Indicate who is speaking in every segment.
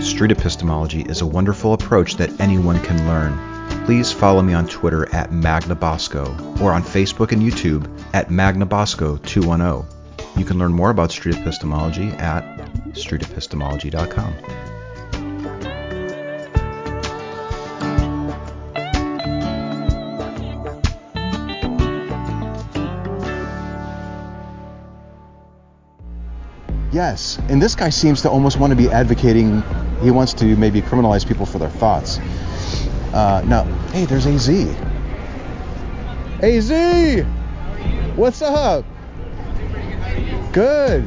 Speaker 1: Street epistemology is a wonderful approach that anyone can learn. Please follow me on Twitter at Magna Bosco or on Facebook and YouTube at Magna Bosco 210. You can learn more about street epistemology at streetepistemology.com.
Speaker 2: Yes, and this guy seems to almost want to be advocating. He wants to maybe criminalize people for their thoughts. Uh, now, hey, there's AZ. AZ, what's up? Good.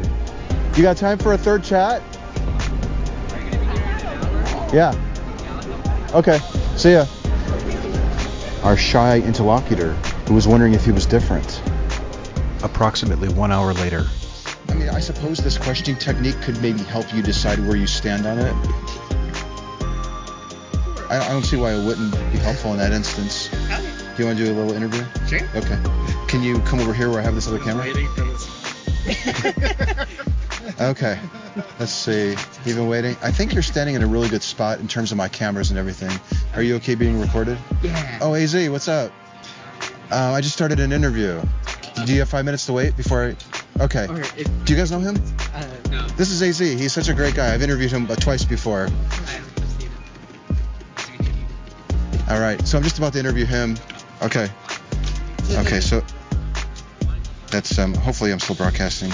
Speaker 2: You got time for a third chat? Yeah. Okay. See ya. Our shy interlocutor, who was wondering if he was different.
Speaker 1: Approximately one hour later,
Speaker 2: I mean, I suppose this questioning technique could maybe help you decide where you stand on it. I, I don't see why it wouldn't be helpful in that instance. Do
Speaker 3: Okay.
Speaker 2: you want to do a little interview?
Speaker 3: Sure.
Speaker 2: Okay. Can you come over here where I have this other camera?
Speaker 3: Waiting for this.
Speaker 2: Okay. Let's see. You've been waiting. I think you're standing in a really good spot in terms of my cameras and everything. Are you okay being recorded?
Speaker 3: yeah.
Speaker 2: Oh, AZ, what's up? Uh, I just started an interview. Do you have five minutes to wait before I? Okay.
Speaker 3: Or if,
Speaker 2: Do you guys know him?
Speaker 3: uh, no.
Speaker 2: This is AZ. He's such a great guy. I've interviewed him uh, twice before.
Speaker 3: I haven't seen it.
Speaker 2: All right, so I'm just about to interview him. Okay. Okay, so that's um. Hopefully, I'm still broadcasting.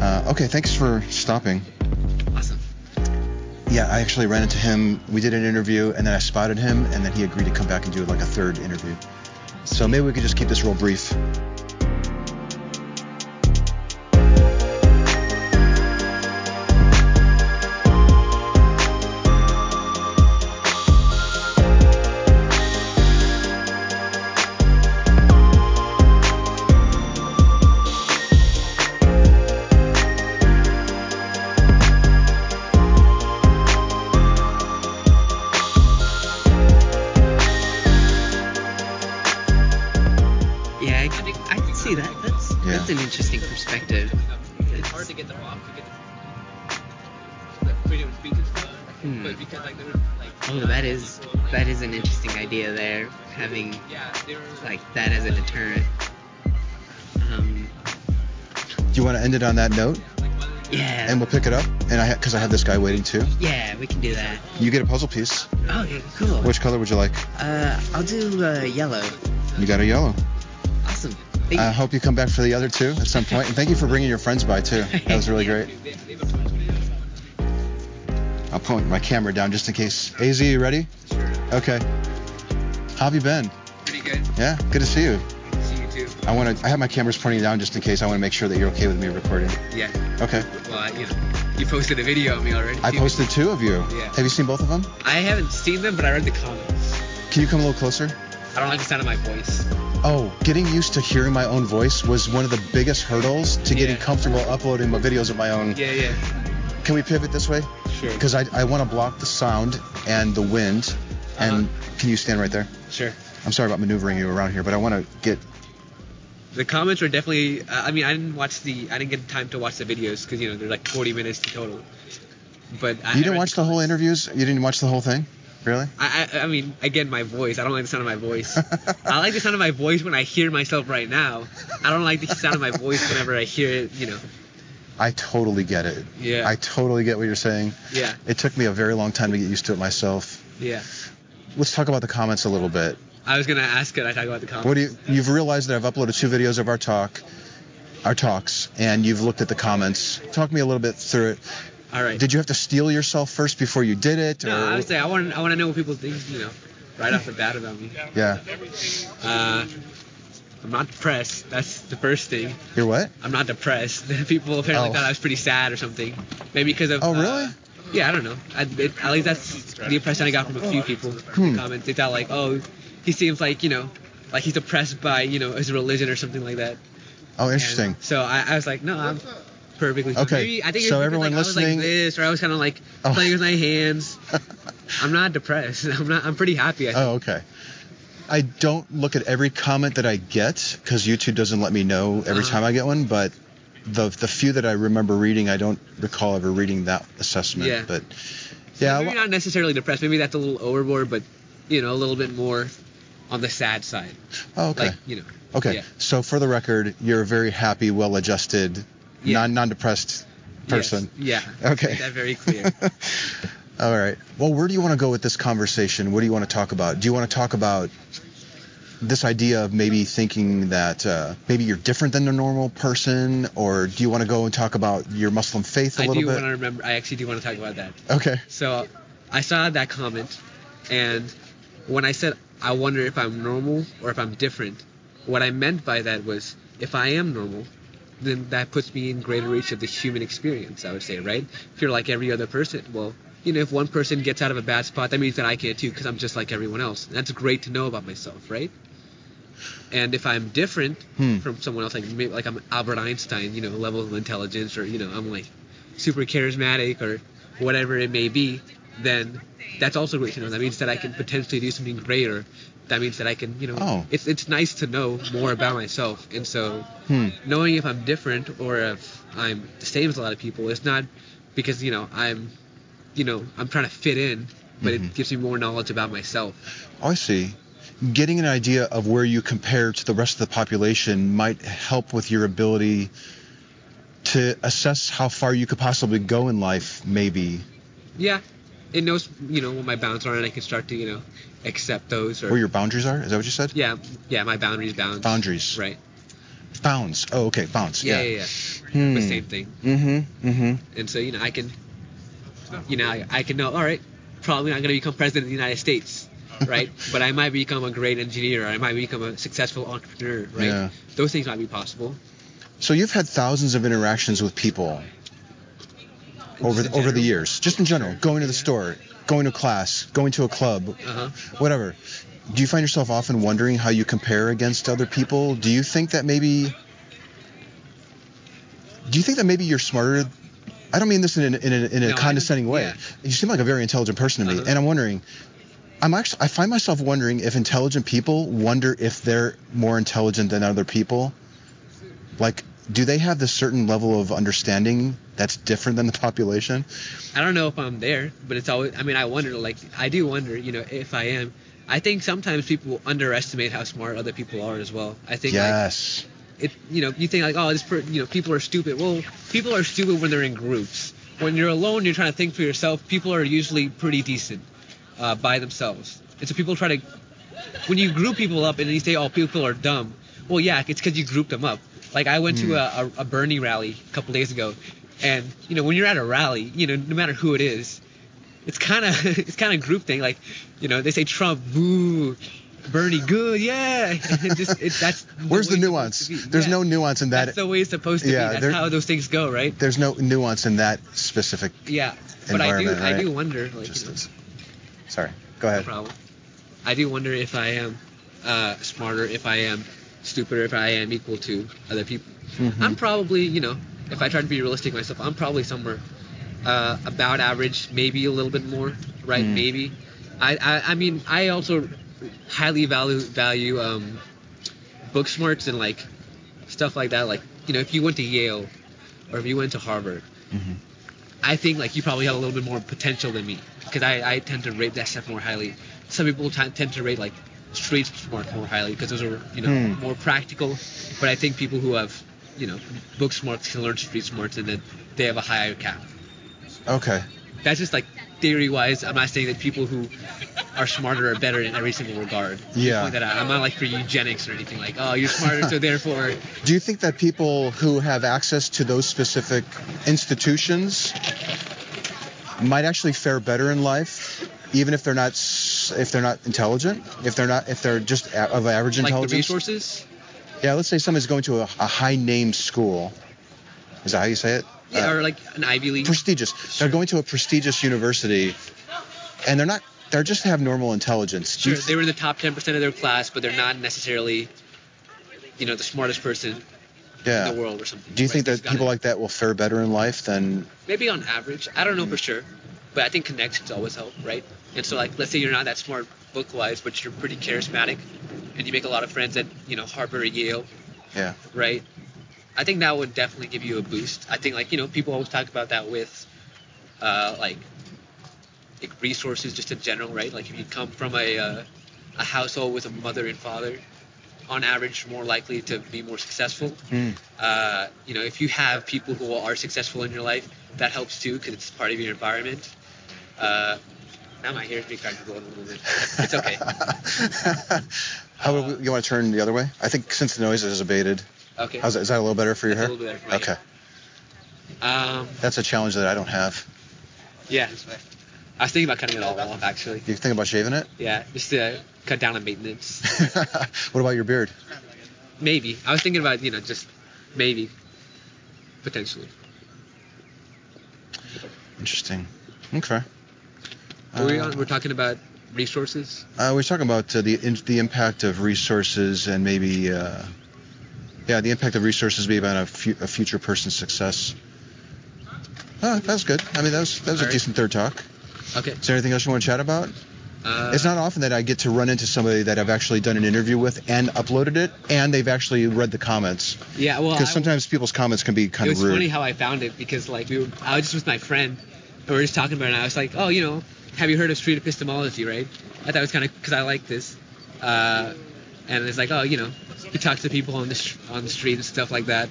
Speaker 2: Uh, okay, thanks for stopping.
Speaker 3: Awesome.
Speaker 2: Yeah, I actually ran into him. We did an interview, and then I spotted him, and then he agreed to come back and do like a third interview. So maybe we could just keep this real brief.
Speaker 3: Yeah, I can, I can see that. That's
Speaker 2: Yeah.
Speaker 3: that's an interesting perspective.
Speaker 4: It's hard to get them off to get them like freedom of speech and stuff.
Speaker 3: Hmm.
Speaker 4: But because like they're like
Speaker 3: Oh, that is that is an interesting idea there, having
Speaker 4: yeah, they were
Speaker 3: like that as a deterrent. Um,
Speaker 2: Do you want to end it on that note,
Speaker 3: yeah.
Speaker 2: and we'll pick it up? And I because I have this guy waiting too.
Speaker 3: yeah, we can do that.
Speaker 2: You get a puzzle piece.
Speaker 3: Okay, cool.
Speaker 2: Which color would you like?
Speaker 3: Uh, I'll do uh, yellow.
Speaker 2: You got a yellow.
Speaker 3: Awesome. Thank
Speaker 2: I
Speaker 3: you.
Speaker 2: hope you come back for the other two at some point. And thank you for bringing your friends by too. That was really great. I'll point my camera down just in case. AZ, you ready?
Speaker 4: sure.
Speaker 2: Okay. How have you been?
Speaker 4: Pretty good.
Speaker 2: Yeah, good to see you.
Speaker 4: See you too.
Speaker 2: I want to. I have my cameras pointing down just in case. I want to make sure that you're okay with me recording.
Speaker 4: Yeah.
Speaker 2: Okay.
Speaker 4: Well, I, you know, you posted a video of me already.
Speaker 2: I posted two of you.
Speaker 4: Yeah.
Speaker 2: Have you seen both of them?
Speaker 4: I haven't seen them, but I read the comments.
Speaker 2: Can you come a little closer?
Speaker 4: I don't like the sound of my voice.
Speaker 2: Oh, getting used to hearing my own voice was one of the biggest hurdles to getting
Speaker 4: Yeah.
Speaker 2: comfortable uploading my videos of my own.
Speaker 4: Yeah, yeah.
Speaker 2: Can we pivot this way?
Speaker 4: Sure.
Speaker 2: Because I, I want to block the sound and the wind. And
Speaker 4: Uh-huh.
Speaker 2: can you stand right there?
Speaker 4: Sure.
Speaker 2: I'm sorry about maneuvering you around here, but I want to get.
Speaker 4: The comments were definitely. Uh, I mean, I didn't watch the. I didn't get time to watch the videos because you know they're like 40 minutes in total. But I, I
Speaker 2: you didn't
Speaker 4: read
Speaker 2: watch the whole
Speaker 4: comments.
Speaker 2: interviews? You didn't watch the whole thing? Really?
Speaker 4: I, I, I mean, again, my voice. I don't like the sound of my voice. I like the sound of my voice when I hear myself right now. I don't like the sound of my voice whenever I hear it. You know.
Speaker 2: I totally get it.
Speaker 4: Yeah.
Speaker 2: I totally get what you're saying.
Speaker 4: Yeah.
Speaker 2: It took me a very long time to get used to it myself.
Speaker 4: Yeah.
Speaker 2: Let's talk about the comments a little bit.
Speaker 4: I was gonna ask it. I talk about the comments.
Speaker 2: What do you? You've realized that I've uploaded two videos of our talk, our talks, and you've looked at the comments. Talk me a little bit through it.
Speaker 4: All right.
Speaker 2: Did you have to steel yourself first before you did it?
Speaker 4: No,
Speaker 2: or-
Speaker 4: I would say I want. I want to know what people think. You know, right off the bat about me.
Speaker 2: Yeah.
Speaker 4: Uh, I'm not depressed. That's the first thing.
Speaker 2: You're what?
Speaker 4: I'm not depressed. People apparently
Speaker 2: Oh.
Speaker 4: thought I was pretty sad or something. Maybe because of.
Speaker 2: Oh,
Speaker 4: uh,
Speaker 2: really?
Speaker 4: yeah, I don't know. I, it, at least that's the impression I got from a few people in
Speaker 2: Hmm.
Speaker 4: the comments. They thought like, oh, he seems like you know, like he's oppressed by you know his religion or something like that.
Speaker 2: Oh, interesting.
Speaker 4: And so I, I was like, no, I'm perfectly. fine."
Speaker 2: Okay,
Speaker 4: Maybe, I think it
Speaker 2: so
Speaker 4: was because,
Speaker 2: everyone
Speaker 4: like, I was
Speaker 2: listening-
Speaker 4: like this, or I was kind of like
Speaker 2: Oh.
Speaker 4: playing with my hands. I'm not depressed. I'm not. I'm pretty happy. I think.
Speaker 2: Oh, okay. I don't look at every comment that I get because YouTube doesn't let me know every
Speaker 4: Uh-huh.
Speaker 2: time I get one, but the the few that I remember reading, I don't recall ever reading that assessment.
Speaker 4: Yeah.
Speaker 2: But Yeah,
Speaker 3: Maybe
Speaker 2: well-
Speaker 3: not necessarily depressed. Maybe that's a little overboard, but you know, a little bit more on the sad side.
Speaker 2: Oh, okay.
Speaker 3: Like you know.
Speaker 2: okay.
Speaker 3: yeah.
Speaker 2: So for the record, you're a very happy, well-adjusted,
Speaker 3: Yeah.
Speaker 2: non non-depressed person.
Speaker 3: Yes, yeah.
Speaker 2: Okay.
Speaker 3: Make that very clear.
Speaker 2: All right. Well, where do you want to go with this conversation? What do you want to talk about? Do you want to talk about this idea of maybe thinking that uh, maybe you're different than the normal person, or do you want to go and talk about your Muslim faith a
Speaker 3: I do
Speaker 2: little
Speaker 3: want
Speaker 2: bit?
Speaker 3: to remember. I actually do want to talk about that.
Speaker 2: Okay.
Speaker 3: So I saw that comment, and when I said I wonder if I'm normal or if I'm different, what I meant by that was if I am normal, then that puts me in greater reach of the human experience. I would say, right? If you're like every other person, well, you know, if one person gets out of a bad spot, that means that I can too, because I'm just like everyone else. And that's great to know about myself, right? And if I'm different
Speaker 2: Hmm.
Speaker 3: from someone else, like maybe like I'm Albert Einstein, you know, level of intelligence, or you know, I'm like super charismatic or whatever it may be, then that's also great to know. That means that I can potentially do something greater. That means that I can, you know,
Speaker 2: Oh.
Speaker 3: it's it's nice to know more about myself. And so,
Speaker 2: Hmm.
Speaker 3: knowing if I'm different or if I'm the same as a lot of people, it's not because you know I'm, you know, I'm trying to fit in, but
Speaker 2: Mm-hmm.
Speaker 3: it gives me more knowledge about myself.
Speaker 2: Oh, I see. Getting an idea of where you compare to the rest of the population might help with your ability to assess how far you could possibly go in life, maybe.
Speaker 3: Yeah, it knows you know what my bounds are, and I can start to you know accept those or
Speaker 2: Where your boundaries are? Is that what you said?
Speaker 3: yeah yeah my boundaries bounds
Speaker 2: Boundaries.
Speaker 3: right
Speaker 2: Bounds. Oh, okay. Bounds.
Speaker 3: yeah
Speaker 2: Yeah.
Speaker 3: yeah yeah,
Speaker 2: Hmm.
Speaker 3: the same thing.
Speaker 2: Mm-hmm. Mm-hmm.
Speaker 3: And so, you know, I can, you know, I, I can know, all right, probably not going to become president of the United States, right? but I might become a great engineer, or I might become a successful entrepreneur, right?
Speaker 2: Yeah.
Speaker 3: Those things might be possible.
Speaker 2: So you've had thousands of interactions with people over
Speaker 3: Just in
Speaker 2: the, over the
Speaker 3: general.
Speaker 2: years, just in general, going to the store, going to class, going to a club,
Speaker 3: Uh-huh.
Speaker 2: whatever. Do you find yourself often wondering how you compare against other people? Do you think that maybe do you think that maybe you're smarter? I don't mean this in a, in a, in a
Speaker 3: No, I
Speaker 2: condescending way.
Speaker 3: yeah.
Speaker 2: You seem like a very intelligent person to me,
Speaker 3: Uh-huh.
Speaker 2: and I'm wondering. I'm actually I find myself wondering if intelligent people wonder if they're more intelligent than other people. Like, do they have this certain level of understanding that's different than the population?
Speaker 3: I don't know if I'm there, but it's always, I mean, I wonder, like, I do wonder, you know, if I am. I think sometimes people underestimate how smart other people are as well. I think, like,
Speaker 2: Yes.
Speaker 3: it you know you think like oh this per- you know people are stupid well people are stupid when they're in groups when you're alone you're trying to think for yourself people are usually pretty decent uh, by themselves and so people try to when you group people up and you say oh people are dumb well yeah it's because you grouped them up like i went
Speaker 2: Hmm.
Speaker 3: to a, a, a bernie rally a couple days ago and you know when you're at a rally you know no matter who it is it's kind of it's kind of group thing. Like, you know, they say Trump, boo, Bernie, good, yeah. It just, it, that's
Speaker 2: Where's the
Speaker 3: way it's
Speaker 2: nuance?
Speaker 3: supposed to be.
Speaker 2: There's
Speaker 3: Yeah.
Speaker 2: no nuance in that.
Speaker 3: That's the way it's supposed to
Speaker 2: Yeah,
Speaker 3: be.
Speaker 2: there-
Speaker 3: That's how those things go, right?
Speaker 2: There's no nuance in that specific.
Speaker 3: Yeah. But I do
Speaker 2: Environment,
Speaker 3: I
Speaker 2: right?
Speaker 3: do wonder like
Speaker 2: Just
Speaker 3: you know,
Speaker 2: as- sorry. Go
Speaker 3: no
Speaker 2: ahead.
Speaker 3: problem. I do wonder if I am uh, smarter, if I am stupider, if I am equal to other people. I'm probably, you know, if I try to be realistic myself, I'm probably somewhere uh, about average, maybe a little bit more, right? Maybe. I, I, I mean, I also highly value value um, book smarts and like stuff like that. Like, you know, if you went to Yale or if you went to Harvard, I think like you probably have a little bit more potential than me because I, I tend to rate that stuff more highly. Some people t- tend to rate like street smart more highly because those are you know
Speaker 2: Hmm.
Speaker 3: more practical. But I think people who have you know book smarts can learn street smarts and then they have a higher cap.
Speaker 2: Okay.
Speaker 3: That's just like theory wise. I'm not saying that people who are smarter are better in every single regard.
Speaker 2: Yeah.
Speaker 3: Point that out. I'm not like for eugenics or anything like oh you're smarter so therefore
Speaker 2: Do you think that people who have access to those specific institutions might actually fare better in life, even if they're not s- if they're not intelligent, if they're not if they're just a- of average
Speaker 3: like the
Speaker 2: intelligence?
Speaker 3: resources.
Speaker 2: yeah, let's say someone's going to a, a high name school. Is that how you say it?
Speaker 3: Yeah,
Speaker 2: Uh,
Speaker 3: or like an Ivy League.
Speaker 2: prestigious. They're going to a prestigious university, and they're not. They're just have normal intelligence. Do
Speaker 3: Sure,
Speaker 2: you
Speaker 3: they were in the top 10% of their class, but they're not necessarily, you know, the smartest person
Speaker 2: yeah.
Speaker 3: in the world or something.
Speaker 2: Do you
Speaker 3: Right,
Speaker 2: think
Speaker 3: they just
Speaker 2: that
Speaker 3: got
Speaker 2: people
Speaker 3: it.
Speaker 2: like that will fare better in life than?
Speaker 3: maybe on average? I don't know for sure, but I think connections always help, right? And so, like, let's say you're not that smart book-wise, but you're pretty charismatic, and you make a lot of friends at, you know, Harvard or Yale,
Speaker 2: Yeah.
Speaker 3: right? I think that would definitely give you a boost. I think like you know people always talk about that with, uh, like, like resources just in general, right? Like if you come from a uh, a household with a mother and father, on average, more likely to be more successful.
Speaker 2: Mm.
Speaker 3: Uh, you know, if you have people who are successful in your life, that helps too because it's part of your environment. Uh, now my hair's being cracked a little bit. It's okay.
Speaker 2: How about we- you want to turn the other way? I think since the noise is abated,
Speaker 3: Okay.
Speaker 2: how's that, is that a little better for your
Speaker 3: That's
Speaker 2: hair?
Speaker 3: a little better for my
Speaker 2: okay,
Speaker 3: hair. Um,
Speaker 2: that's a challenge that I don't have.
Speaker 3: yeah. I was thinking about cutting it all off actually.
Speaker 2: You think about shaving it?
Speaker 3: Yeah, just to cut down on maintenance.
Speaker 2: what about your beard?
Speaker 3: Maybe. I was thinking about, you know, just maybe. Potentially.
Speaker 2: Interesting. Okay.
Speaker 3: Are we
Speaker 2: Uh,
Speaker 3: on, we're talking about resources.
Speaker 2: Uh, we were talking about uh, the in, the impact of resources and maybe, uh, yeah, the impact of resources maybe on a, fu- a future person's success. Uh, that was good. I mean, that was that was a
Speaker 3: All right.
Speaker 2: decent third talk.
Speaker 3: Okay.
Speaker 2: Is there anything else you want to chat about?
Speaker 3: Uh,
Speaker 2: it's not often that I get to run into somebody that I've actually done an interview with and uploaded it, and they've actually read the comments.
Speaker 3: Yeah, well,
Speaker 2: Because
Speaker 3: I-
Speaker 2: sometimes people's comments can be
Speaker 3: it
Speaker 2: kind of
Speaker 3: was
Speaker 2: rude.
Speaker 3: funny how I found it because like we were, I was just with my friend and we were just talking about it and I was like, oh, you know, have you heard of street epistemology, right? I thought it was kind of because I like this, uh, and it's like, oh, you know, he talks to people on the sh- on the street and stuff like that,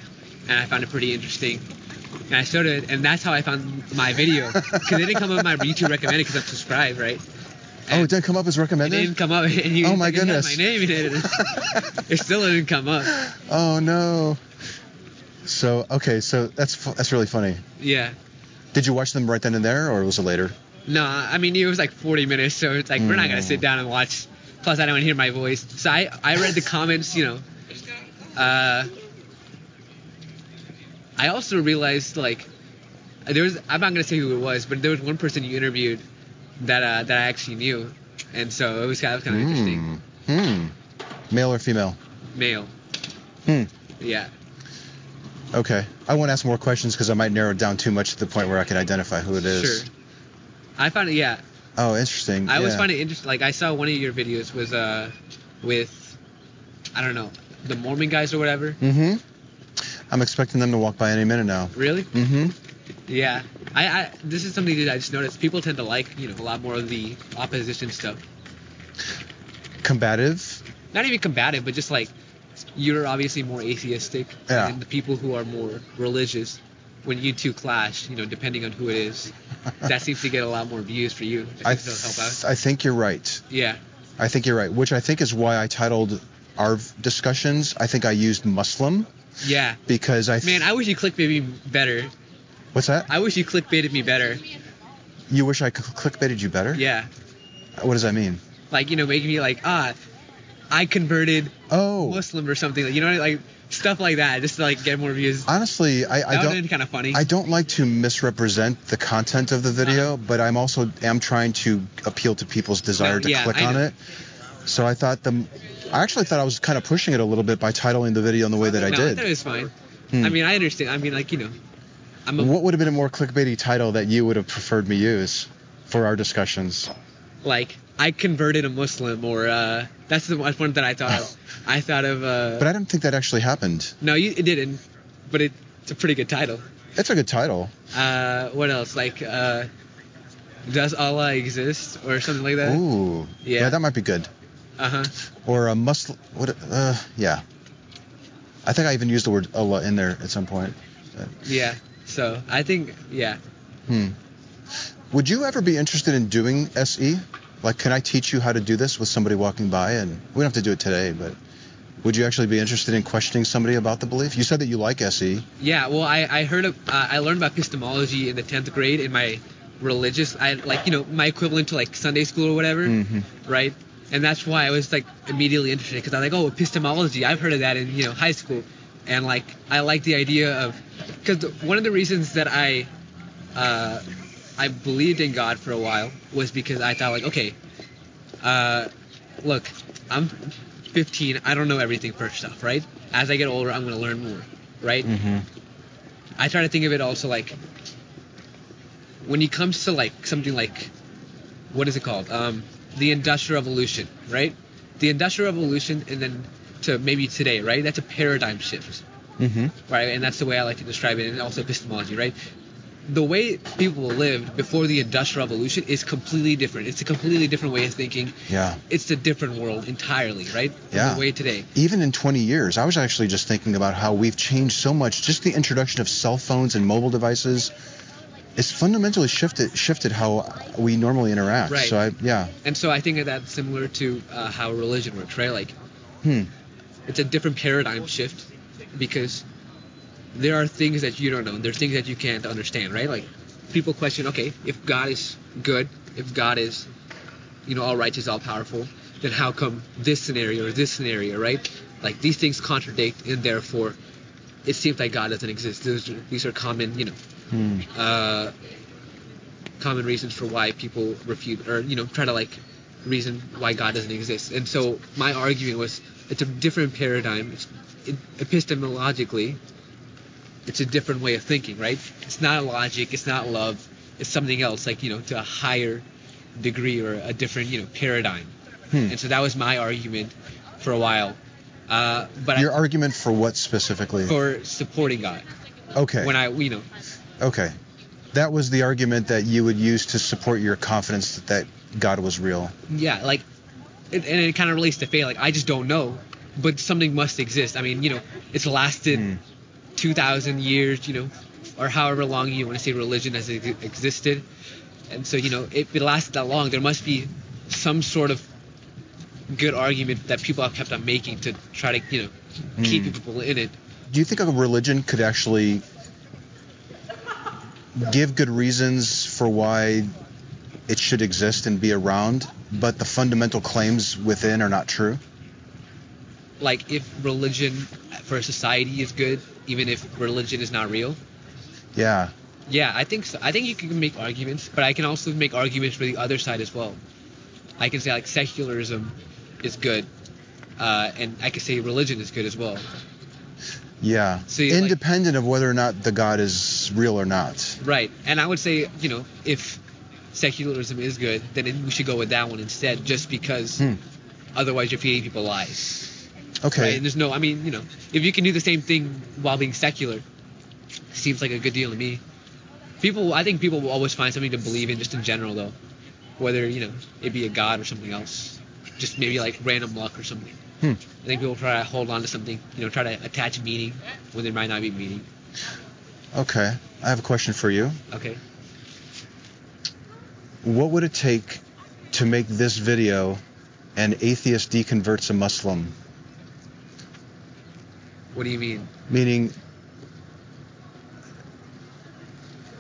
Speaker 3: and I found it pretty interesting. And I showed it, and that's how I found my video because it didn't come up in my YouTube recommended because I'm subscribed, right?
Speaker 2: oh, it didn't come up as
Speaker 3: It
Speaker 2: recommended.
Speaker 3: didn't come up, and you
Speaker 2: Oh, my
Speaker 3: you had
Speaker 2: goodness.
Speaker 3: my name in it. it still didn't come up.
Speaker 2: oh no. So okay, so that's fu- that's really funny.
Speaker 3: Yeah.
Speaker 2: Did you watch them right then and there, or was it later?
Speaker 3: No, I mean it was like 40 minutes, so it's like we're not gonna
Speaker 2: Mm.
Speaker 3: sit down and watch. Plus, I don't want to hear my voice. So I, I read the comments, you know. Uh, I also realized like there was I'm not gonna say who it was, but there was one person you interviewed that uh, that I actually knew, and so it was kind of, kind of interesting.
Speaker 2: Hmm. Male or female?
Speaker 3: Male,
Speaker 2: Hmm.
Speaker 3: yeah.
Speaker 2: Okay. I won't ask more questions because I might narrow it down too much to the point where I can identify who it is.
Speaker 3: Sure. I found it. Yeah,
Speaker 2: Oh, interesting.
Speaker 3: I always
Speaker 2: yeah.
Speaker 3: find it interesting. Like I saw one of your videos was uh with I don't know the Mormon guys or whatever.
Speaker 2: Mm-hmm. I'm expecting them to walk by any minute now.
Speaker 3: Really?
Speaker 2: Mm-hmm.
Speaker 3: Yeah, I, I this is something that I just noticed. People tend to like you know a lot more of the opposition stuff.
Speaker 2: Combative.
Speaker 3: Not even combative, but just like you're obviously more atheistic,
Speaker 2: Yeah.
Speaker 3: and then the people who are more religious, when you two clash, you know, depending on who it is, that seems to get a lot more views for you. That
Speaker 2: I,
Speaker 3: seems to help out.
Speaker 2: I think you're right.
Speaker 3: Yeah.
Speaker 2: I think you're right. Which I think is why I titled our v- discussions. I think I used Muslim
Speaker 3: Yeah.
Speaker 2: because I. th-
Speaker 3: Man, I wish you clickbaited me better.
Speaker 2: What's that?
Speaker 3: I wish you clickbaited me better.
Speaker 2: you wish I c- clickbaited you better?
Speaker 3: Yeah.
Speaker 2: What does that mean?
Speaker 3: Like you know, making me like ah, I converted
Speaker 2: Oh.
Speaker 3: Muslim or something. Like, you know, like stuff like that, just to like get more views.
Speaker 2: Honestly, I, I
Speaker 3: that
Speaker 2: don't.
Speaker 3: would have been kind of funny.
Speaker 2: I don't like to misrepresent the content of the video,
Speaker 3: Uh-huh.
Speaker 2: but I'm also am trying to appeal to people's desire
Speaker 3: No,
Speaker 2: to
Speaker 3: yeah,
Speaker 2: click
Speaker 3: I
Speaker 2: on
Speaker 3: know.
Speaker 2: it. So I thought the, I actually thought I was kind of pushing it a little bit by titling the video in the way that I
Speaker 3: no,
Speaker 2: did.
Speaker 3: thought it was fine.
Speaker 2: Hmm.
Speaker 3: I mean, I understand. I mean, like you know, I'm a,
Speaker 2: what would have been a more clickbaity title that you would have preferred me use for our discussions?
Speaker 3: like I converted a Muslim, or uh, that's the one one that I thought of. I thought of. Uh,
Speaker 2: But I don't think that actually happened.
Speaker 3: no, you, it didn't. But it, it's a pretty good title.
Speaker 2: It's a good title.
Speaker 3: Uh, what else? Like, uh, does Allah exist, or something like that?
Speaker 2: Ooh,
Speaker 3: Uh, yeah.
Speaker 2: that might be good.
Speaker 3: Uh huh.
Speaker 2: Or a Muslim. What? Uh, yeah. I think I even used the word Allah in there at some point.
Speaker 3: Yeah. So I think yeah.
Speaker 2: Hmm. Would you ever be interested in doing SE? Like, can I teach you how to do this with somebody walking by? And we don't have to do it today, but would you actually be interested in questioning somebody about the belief? You said that you like E. SE.
Speaker 3: Yeah, well, I, I heard of, uh, I learned about epistemology in the tenth grade in my religious, I like you know my equivalent to like Sunday school or whatever,
Speaker 2: Mhm.
Speaker 3: right? And that's why I was like immediately interested because I'm like, oh, epistemology, I've heard of that in you know high school, and like I like the idea of because one of the reasons that I uh, I believed in God for a while was because I thought like, okay, uh, look, I'm 15, I don't know everything first off, right? As I get older, I'm gonna learn more, right? I try to think of it also like when it comes to like something like what is it called? Um, the Industrial Revolution, right? The Industrial Revolution, and then to maybe today, right? That's a paradigm shift,
Speaker 2: Mm-hmm.
Speaker 3: right? And that's the way I like to describe it, and also epistemology, right? the way people lived before the Industrial Revolution is completely different. It's a completely different way of thinking.
Speaker 5: Yeah.
Speaker 3: It's a different world entirely, right? from
Speaker 5: Yeah.
Speaker 3: The way today.
Speaker 5: Even in 20 years, I was actually just thinking about how we've changed so much. Just the introduction of cell phones and mobile devices, it's fundamentally shifted shifted how we normally interact.
Speaker 3: Right.
Speaker 5: So I, yeah,
Speaker 3: And so I think that's similar to uh, how religion works, right? Like,
Speaker 5: hmm,
Speaker 3: it's a different paradigm shift because there are things that you don't know. There are things that you can't understand, right? Like, people question, okay, if God is good, if God is, you know, all righteous, all powerful, then how come this scenario or this scenario, right? Like, these things contradict, and therefore, it seems like God doesn't exist. Those, are- these are common, you know,
Speaker 5: hmm,
Speaker 3: uh, common reasons for why people refute or you know try to like reason why God doesn't exist. And so my argument was it's a different paradigm. It's it, epistemologically, it's a different way of thinking, right? It's not logic. It's not love. It's something else, like you know, to a higher degree or a different you know paradigm.
Speaker 5: hmm.
Speaker 3: And so that was my argument for a while. Uh, but
Speaker 5: Your
Speaker 3: I,
Speaker 5: argument for what specifically?
Speaker 3: for supporting God
Speaker 5: okay.
Speaker 3: when I you know
Speaker 5: okay. That was the argument that you would use to support your confidence that, that God was real.
Speaker 3: yeah, like, it, and it kind of relates to faith. Like, I just don't know, but something must exist. I mean, you know, it's lasted
Speaker 5: Hmm.
Speaker 3: 2,000 years, you know, or however long you want to say religion has ex- existed. And so, you know, if it lasted that long, there must be some sort of good argument that people have kept on making to try to, you know, keep
Speaker 5: Hmm.
Speaker 3: people in it.
Speaker 5: Do you think a religion could actually give good reasons for why it should exist and be around, but the fundamental claims within are not true?
Speaker 3: Like, if religion for a society is good, even if religion is not real,
Speaker 5: Yeah.
Speaker 3: Yeah, I think so. I think you can make arguments, but I can also make arguments for the other side as well. I can say like secularism is good, uh, and I can say religion is good as well.
Speaker 5: Yeah.
Speaker 3: So you, like-
Speaker 5: Independent of whether or not the God is real or not.
Speaker 3: Right. And I would say you know if secularism is good, then it, we should go with that one instead, just because
Speaker 5: Hmm.
Speaker 3: otherwise you're feeding people lies. Right?
Speaker 5: Okay.
Speaker 3: And there's no. I mean, you know, if you can do the same thing while being secular, seems like a good deal to me. People, I think people will always find something to believe in, just in general, though. Whether you know it be a god or something else, just maybe like random luck or something.
Speaker 5: Hmm.
Speaker 3: I think people try to hold on to something, you know, try to attach meaning when there might not be meaning.
Speaker 5: Okay. I have a question for you.
Speaker 3: Okay.
Speaker 5: What would it take to make this video an atheist deconverts a Muslim?
Speaker 3: What do you mean?
Speaker 5: Meaning,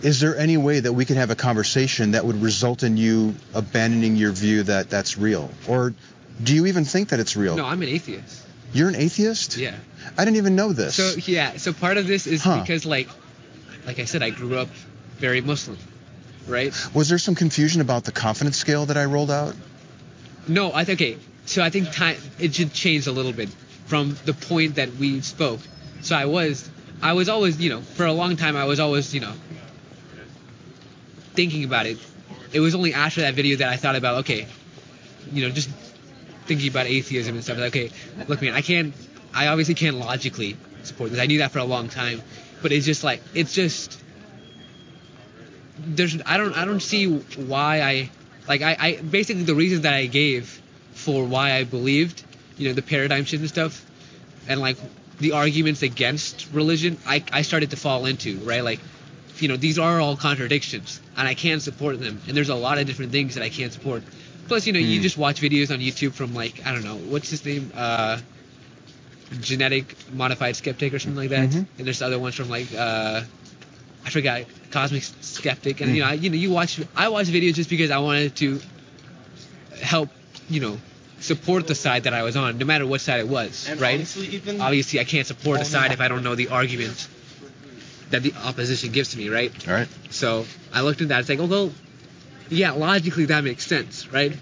Speaker 5: is there any way that we can have a conversation that would result in you abandoning your view that that's real? Or do you even think that it's real?
Speaker 3: No, I'm an atheist.
Speaker 5: You're an atheist?
Speaker 3: Yeah.
Speaker 5: I didn't even know this.
Speaker 3: So yeah, so part of this is
Speaker 5: Huh.
Speaker 3: because like, like I said, I grew up very Muslim, right?
Speaker 5: Was there some confusion about the confidence scale that I rolled out?
Speaker 3: No, I think okay. So I think time it should change a little bit from the point that we spoke. So I was I was always you know for a long time I was always you know thinking about it. It was only after that video that I thought about okay, you know just thinking about atheism and stuff. Like, okay, look man, I can't I obviously can't logically support this. I knew that for a long time, but it's just like it's just there's I don't I don't see why I like I, I basically the reasons that I gave for why I believed, you know, the paradigm shift and stuff, and like the arguments against religion, I I started to fall into right like, you know, these are all contradictions and I can't support them and there's a lot of different things that I can't support. Plus, you know, you just watch videos on YouTube from like I don't know what's his name. Uh, genetic modified skeptic or something like that
Speaker 5: Mhm.
Speaker 3: and there's other ones from like uh I forgot Cosmic Skeptic, and you know, I, you know, you watch. I watch videos just because I wanted to help, you know, support the side that I was on, no matter what side it was,
Speaker 6: And
Speaker 3: right?
Speaker 6: honestly, even
Speaker 3: Obviously, I can't support a side if I don't know the argument that the opposition gives to me, right?
Speaker 5: All right.
Speaker 3: So I looked at that. It's like, oh well, yeah, logically that makes sense, right?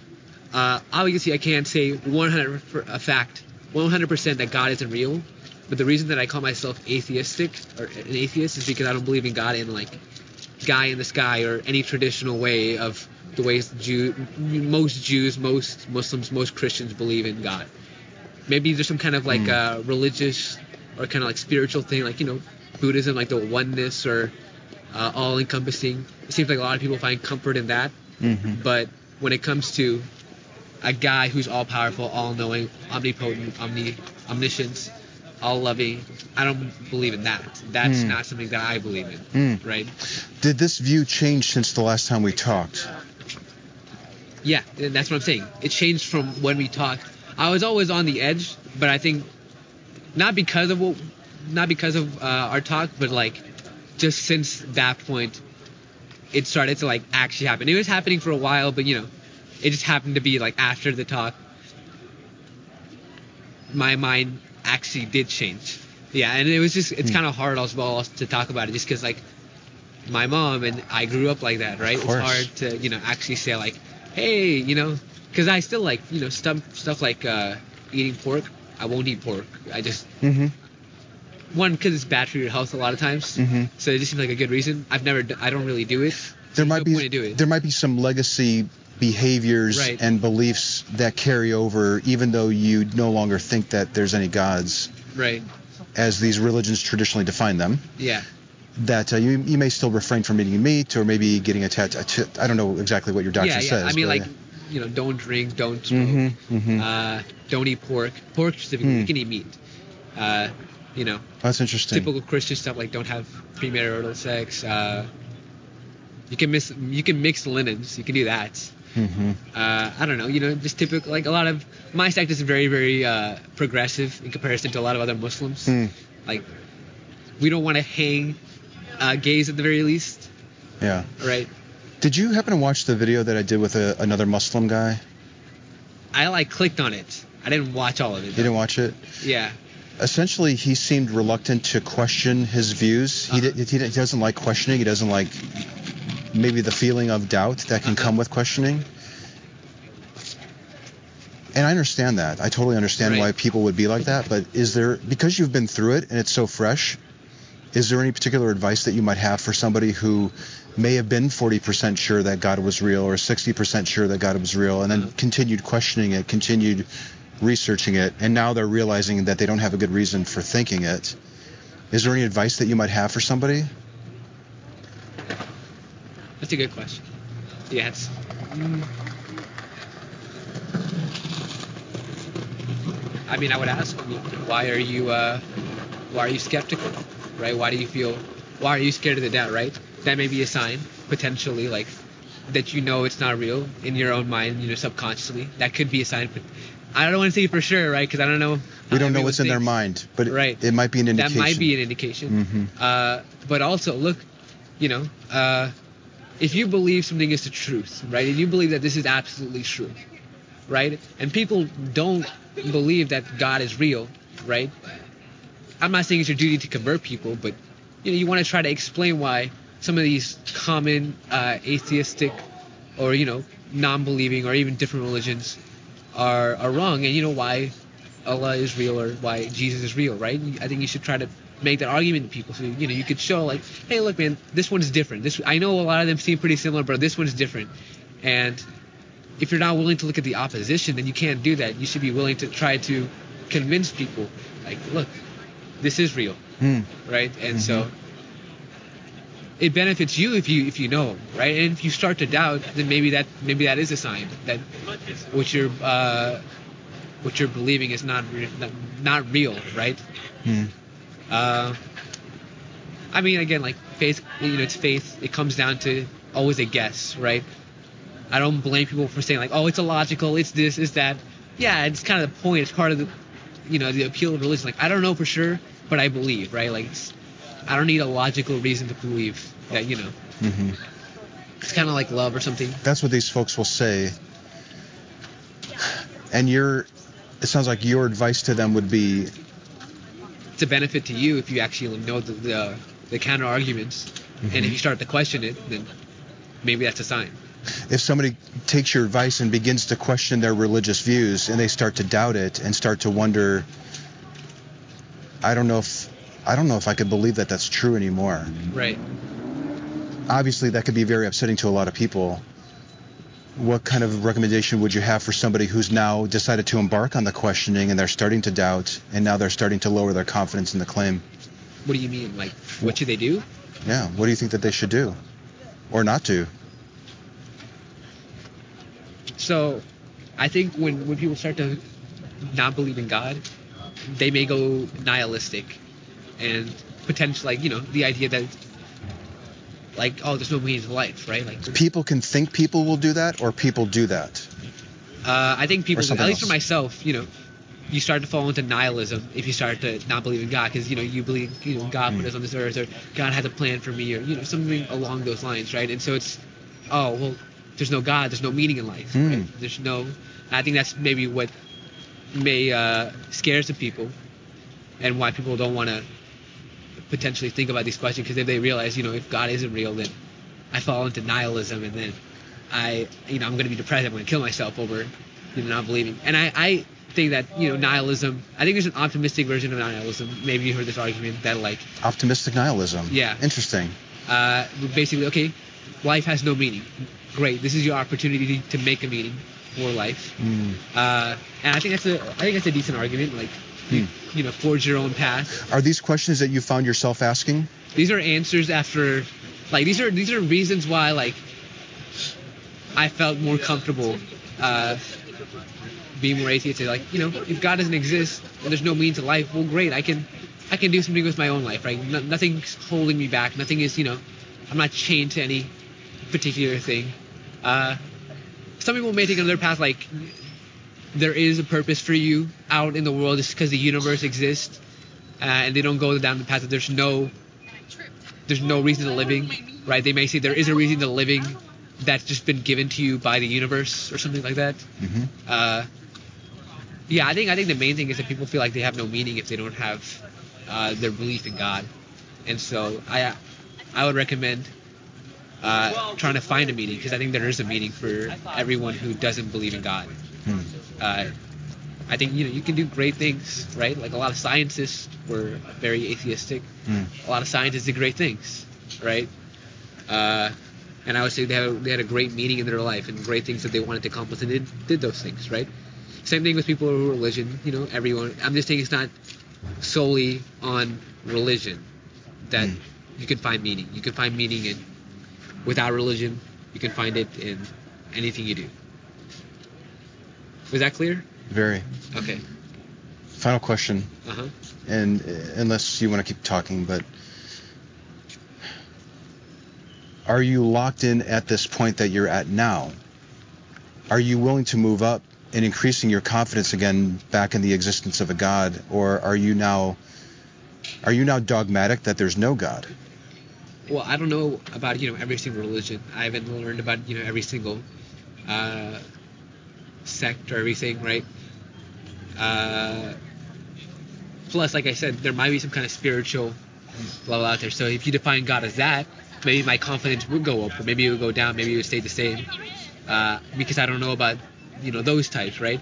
Speaker 3: Uh, obviously, I can't say 100 for a fact, 100% that God isn't real. But the reason that I call myself atheistic or an atheist is because I don't believe in God in like guy in the sky or any traditional way of the ways Jew, most Jews, most Muslims, most Christians believe in God. Maybe there's some kind of like uh, religious or kind of like spiritual thing, like you know, Buddhism, like the oneness or uh, all-encompassing. It seems like a lot of people find comfort in that.
Speaker 5: Mm-hmm.
Speaker 3: But when it comes to a guy who's all powerful, all knowing, omnipotent, omni omniscient, all loving, I don't believe in that. That's
Speaker 5: Mm.
Speaker 3: not something that I believe in.
Speaker 5: Mm.
Speaker 3: Right?
Speaker 5: Did this view change since the last time we talked?
Speaker 3: Yeah, and that's what I'm saying. It changed from when we talked. I was always on the edge, but I think not because of what, not because of uh, our talk, but like just since that point, it started to like actually happen. It was happening for a while, but you know, it just happened to be like after the talk, my mind actually did change. Yeah, and it was just it's kind of hard as well to talk about it just because like my mom and I grew up like that, right? It's
Speaker 5: course.
Speaker 3: hard to you know actually say like, hey, you know, because I still like you know stuff stuff like uh, eating pork. I won't eat pork. I just
Speaker 5: Mm-hmm.
Speaker 3: one because it's bad for your health a lot of times.
Speaker 5: Mhm.
Speaker 3: So it just seems like a good reason. I've never, d- I don't really do it.
Speaker 5: There
Speaker 3: There's
Speaker 5: might
Speaker 3: no
Speaker 5: be
Speaker 3: point to do it.
Speaker 5: there might be some legacy behaviors
Speaker 3: Right.
Speaker 5: and beliefs that carry over, even though you no longer think that there's any gods
Speaker 3: right?
Speaker 5: as these religions traditionally define them.
Speaker 3: Yeah.
Speaker 5: That uh, you, you may still refrain from eating meat or maybe getting a tattoo. I don't know exactly what your doctor
Speaker 3: yeah, yeah.
Speaker 5: says.
Speaker 3: I mean,
Speaker 5: but,
Speaker 3: like,
Speaker 5: yeah.
Speaker 3: you know, don't drink, don't smoke,
Speaker 5: Mhm, mhm.
Speaker 3: uh, don't eat pork. Pork specifically,
Speaker 5: Hmm.
Speaker 3: you can eat meat. Uh, you know,
Speaker 5: that's interesting.
Speaker 3: typical Christian stuff like don't have premarital sex. Uh, you can miss, you can mix linens. You can do that.
Speaker 5: hmm
Speaker 3: uh, I don't know, you know, just typical, like a lot of, my sect is very, very uh, progressive in comparison to a lot of other Muslims.
Speaker 5: Hmm.
Speaker 3: Like, we don't want to hang uh, gays at the very least,
Speaker 5: Yeah.
Speaker 3: right?
Speaker 5: Did you happen to watch the video that I did with a, another Muslim guy?
Speaker 3: I like clicked on it. I didn't watch all of
Speaker 5: You
Speaker 3: it.
Speaker 5: didn't watch it?
Speaker 3: Yeah.
Speaker 5: essentially he seemed reluctant to question his views. He,
Speaker 3: Uh-huh.
Speaker 5: di- he, di- he doesn't like questioning. He doesn't like maybe the feeling of doubt that can
Speaker 3: Uh-huh.
Speaker 5: come with questioning. And I understand that. I totally understand
Speaker 3: Right.
Speaker 5: why people would be like that. But is there because you've been through it and it's so fresh? Is there any particular advice that you might have for somebody who may have been 40% sure that God was real or 60% sure that God was real and then
Speaker 3: Uh-huh.
Speaker 5: continued questioning it, continued researching it, and now they're realizing that they don't have a good reason for thinking it? Is there any advice that you might have for somebody?
Speaker 3: That's a good question. Yeah, it's. mm. I mean, I would ask, I mean, why are you, uh, why are you skeptical, right? Why do you feel, why are you scared of the doubt, right? That may be a sign, potentially, like, that you know it's not real in your own mind, you know, subconsciously. That could be a sign. But I don't want to say for sure, right? Because I don't know. how
Speaker 5: We don't know
Speaker 3: everyone
Speaker 5: what's in their
Speaker 3: thinks.
Speaker 5: mind, but it-
Speaker 3: Right.
Speaker 5: it, might be an indication.
Speaker 3: That might be an indication.
Speaker 5: Mhm.
Speaker 3: Uh, but also, look, you know, uh, if you believe something is the truth, right, and you believe that this is absolutely true, right, and people don't believe that God is real, right, I'm not saying it's your duty to convert people, but you know, you want to try to explain why some of these common uh, atheistic or you know non-believing or even different religions are are wrong, and you know why Allah is real or why Jesus is real, right? I think you should try to make that argument to people. So you know, you could show like, hey, look, man, this one's different. This I know a lot of them seem pretty similar, but this one's different, and if you're not willing to look at the opposition, then you can't do that. You should be willing to try to convince people, like, look, this is real,
Speaker 5: Hmm.
Speaker 3: right? And so it benefits you if you if you know, right? And if you start to doubt, then maybe that maybe that is a sign that what you're uh, what you're believing is not re- not- not real, right?
Speaker 5: Hmm.
Speaker 3: Uh, I mean, again, like faith, you know, it's faith. It comes down to always a guess, right? I don't blame people for saying like, oh, it's illogical, it's this, it's that. Yeah, it's kind of the point. It's part of the, you know, the appeal of religion. Like, I don't know for sure, but I believe, right? Like, it's, I don't need a logical reason to believe that, you know.
Speaker 5: Mhm.
Speaker 3: It's kind of like love or something.
Speaker 5: That's what these folks will say. And your, it sounds like your advice to them would be,
Speaker 3: It's a benefit to you if you actually know the the, the counter arguments, and if you start to question it, then maybe that's a sign.
Speaker 5: if somebody takes your advice and begins to question their religious views and they start to doubt it and start to wonder, I don't know if, I don't know if I could believe that that's true anymore.
Speaker 3: Right.
Speaker 5: Obviously, that could be very upsetting to a lot of people. What kind of recommendation would you have for somebody who's now decided to embark on the questioning and they're starting to doubt and now they're starting to lower their confidence in the claim?
Speaker 3: What do you mean? Like, what should they do?
Speaker 5: Yeah. What do you think that they should do, or not do?
Speaker 3: So, I think when when people start to not believe in God, they may go nihilistic, and potential like you know the idea that like oh there's no meaning to life right like
Speaker 5: People can think people will do that, or people do that.
Speaker 3: uh, I think people, at
Speaker 5: something
Speaker 3: least for
Speaker 5: else.
Speaker 3: myself, you know, you start to fall into nihilism if you start to not believe in God because you know you believe you know God
Speaker 5: Hmm.
Speaker 3: put us on this earth or God has a plan for me or you know something along those lines, right? And so it's, oh well, there's no God, there's no meaning in life.
Speaker 5: Hmm.
Speaker 3: Right? There's no. I think that's maybe what may uh, scare some people, and why people don't want to potentially think about these questions because if they realize you know if God isn't real then I fall into nihilism and then I you know I'm gonna be depressed I'm gonna kill myself over you know not believing and I, I think that you know nihilism I think there's an optimistic version of nihilism maybe you heard this argument that like
Speaker 5: Optimistic nihilism.
Speaker 3: Yeah.
Speaker 5: Interesting.
Speaker 3: uh, basically okay life has no meaning great this is your opportunity to make a meaning for life
Speaker 5: Mm.
Speaker 3: uh, and I think that's a I think that's a decent argument like you, you know forge your own path
Speaker 5: Are these questions that you found yourself asking?
Speaker 3: these are answers after like these are these are reasons why like i felt more comfortable uh being more atheistic like you know if god doesn't exist and there's no meaning to life well great i can i can do something with my own life right no, nothing's holding me back nothing is you know i'm not chained to any particular thing uh some people may take another path like there is a purpose for you out in the world just because the universe exists uh, and they don't go down the path that there's no there's no reason to living, right? They may say there is a reason to living that's just been given to you by the universe or something like that.
Speaker 5: Mm-hmm.
Speaker 3: Uh, yeah, I think I think the main thing is that people feel like they have no meaning if they don't have uh, their belief in God, and so I I would recommend uh, trying to find a meaning because I think there is a meaning for everyone who doesn't believe in God. Uh, I think you know you can do great things, right? Like a lot of scientists were very atheistic
Speaker 5: Mm.
Speaker 3: a lot of scientists did great things, right? Uh, and I would say they had, a, they had a great meaning in their life and great things that they wanted to accomplish, and they did those things, right? Same thing with people who are religion. You know, everyone. I'm just saying it's not solely on religion that you can find meaning. You can find meaning in without religion. You can find it in anything you do. Was that clear?
Speaker 5: Very.
Speaker 3: Okay.
Speaker 5: Final question.
Speaker 3: Uh huh.
Speaker 5: and uh, unless you want to keep talking, but are you locked in at this point that you're at now? Are you willing to move up and increasing your confidence again back in the existence of a God, or are you now are you now dogmatic that there's no God?
Speaker 3: well i don't know about you know every single religion i haven't learned about you know every single uh, sect or everything right uh, plus like i said there might be some kind of spiritual level out there so if you define god as that maybe my confidence would go up or maybe it would go down maybe it would stay the same uh, because i don't know about you know those types right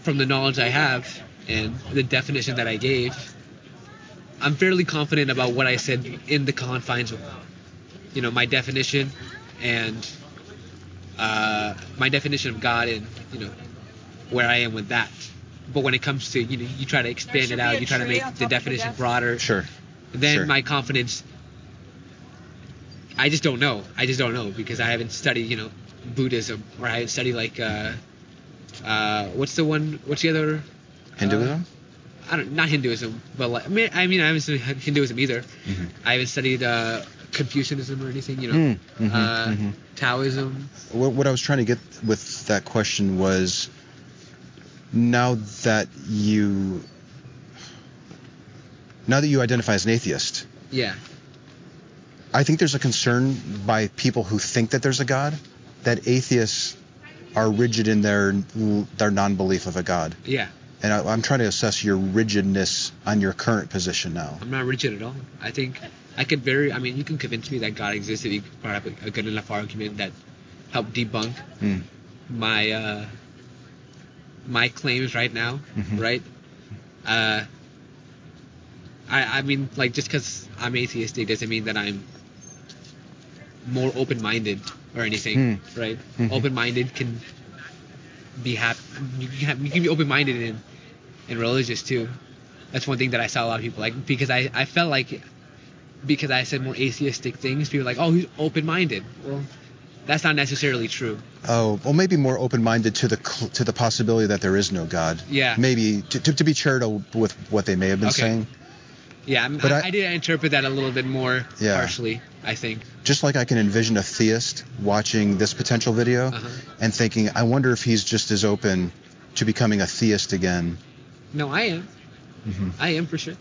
Speaker 3: from the knowledge i have and the definition that i gave I'm fairly confident about what I said in the confines of, you know, my definition and uh, my definition of God and, you know, where I am with that. But when it comes to, you know, you try to expand it out, you try to make the definition broader,
Speaker 5: Sure.
Speaker 3: then
Speaker 5: sure.
Speaker 3: my confidence, I just don't know. I just don't know because I haven't studied, you know, Buddhism or I haven't studied, like, uh, uh, what's the one, what's the other
Speaker 5: Hinduism?
Speaker 3: I don't not Hinduism, but like I mean, I, mean, I haven't studied Hinduism either. I haven't studied uh, Confucianism or anything, you know,
Speaker 5: Mm, mhm,
Speaker 3: uh,
Speaker 5: mhm.
Speaker 3: Taoism.
Speaker 5: what, what I was trying to get with that question was now that you now that you identify as an atheist,
Speaker 3: Yeah,
Speaker 5: I think there's a concern by people who think that there's a God that atheists are rigid in their their non-belief of a God,
Speaker 3: yeah.
Speaker 5: and I, I'm trying to assess your rigidness on your current position now.
Speaker 3: I'm not rigid at all. I think I could very. I mean, you can convince me that God exists if you could brought up a, a good enough argument that helped debunk
Speaker 5: Mm.
Speaker 3: my uh, my claims right now,
Speaker 5: Mhm.
Speaker 3: right? Uh, I I mean, like just because I'm atheistic doesn't mean that I'm more open-minded or anything, right?
Speaker 5: Mhm.
Speaker 3: Open-minded can be happy. You can, have, you can be open-minded in in religious too. That's one thing that I saw a lot of people like because I I felt like because I said more atheistic things, people are like, oh, he's open-minded. Well, that's not necessarily true.
Speaker 5: Oh, well, maybe more open-minded to the cl- to the possibility that there is no God.
Speaker 3: Yeah.
Speaker 5: Maybe to, to, to be charitable with what they may have been
Speaker 3: Okay.
Speaker 5: saying.
Speaker 3: Yeah, I'm-
Speaker 5: But
Speaker 3: I,
Speaker 5: I-
Speaker 3: I did interpret that a little bit more
Speaker 5: Yeah.
Speaker 3: harshly, I think.
Speaker 5: Just like I can envision a theist watching this potential video
Speaker 3: Uh-huh.
Speaker 5: and thinking, I wonder if he's just as open to becoming a theist again.
Speaker 3: No, I am.
Speaker 5: Mm-hmm.
Speaker 3: I am for sure.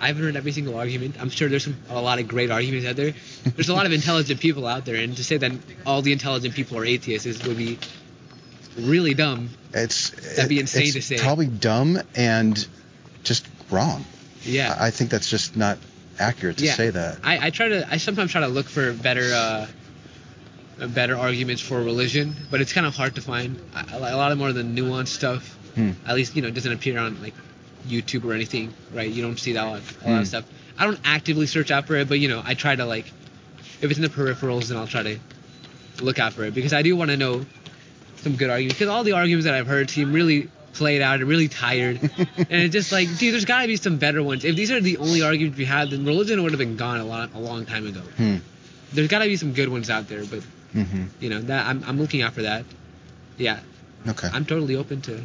Speaker 3: I haven't heard every single argument. I'm sure there's some, a lot of great arguments out there. There's a lot of intelligent people out there, and to say that all the intelligent people are atheists is, would be really dumb.
Speaker 5: It's
Speaker 3: That'd be insane
Speaker 5: it's
Speaker 3: to say.
Speaker 5: Probably dumb and just wrong.
Speaker 3: Yeah.
Speaker 5: I I think that's just not accurate to
Speaker 3: yeah.
Speaker 5: say that.
Speaker 3: I, I try to. I sometimes try to look for better, uh, better arguments for religion, but it's kind of hard to find. A, a lot of more of the nuanced stuff.
Speaker 5: Hmm.
Speaker 3: At least you know it doesn't appear on like YouTube or anything, right? You don't see that on a lot of stuff. I don't actively search out for it, but you know I try to like, if it's in the peripherals, then I'll try to look out for it because I do want to know some good arguments because all the arguments that I've heard seem really played out and really tired and it's just like dude there's got to be some better ones if these are the only arguments we had then religion would have been gone a lot a long time ago
Speaker 5: Hmm.
Speaker 3: there's got to be some good ones out there but
Speaker 5: hmm
Speaker 3: you know that I'm, I'm looking out for that yeah
Speaker 5: Okay.
Speaker 3: I'm totally open to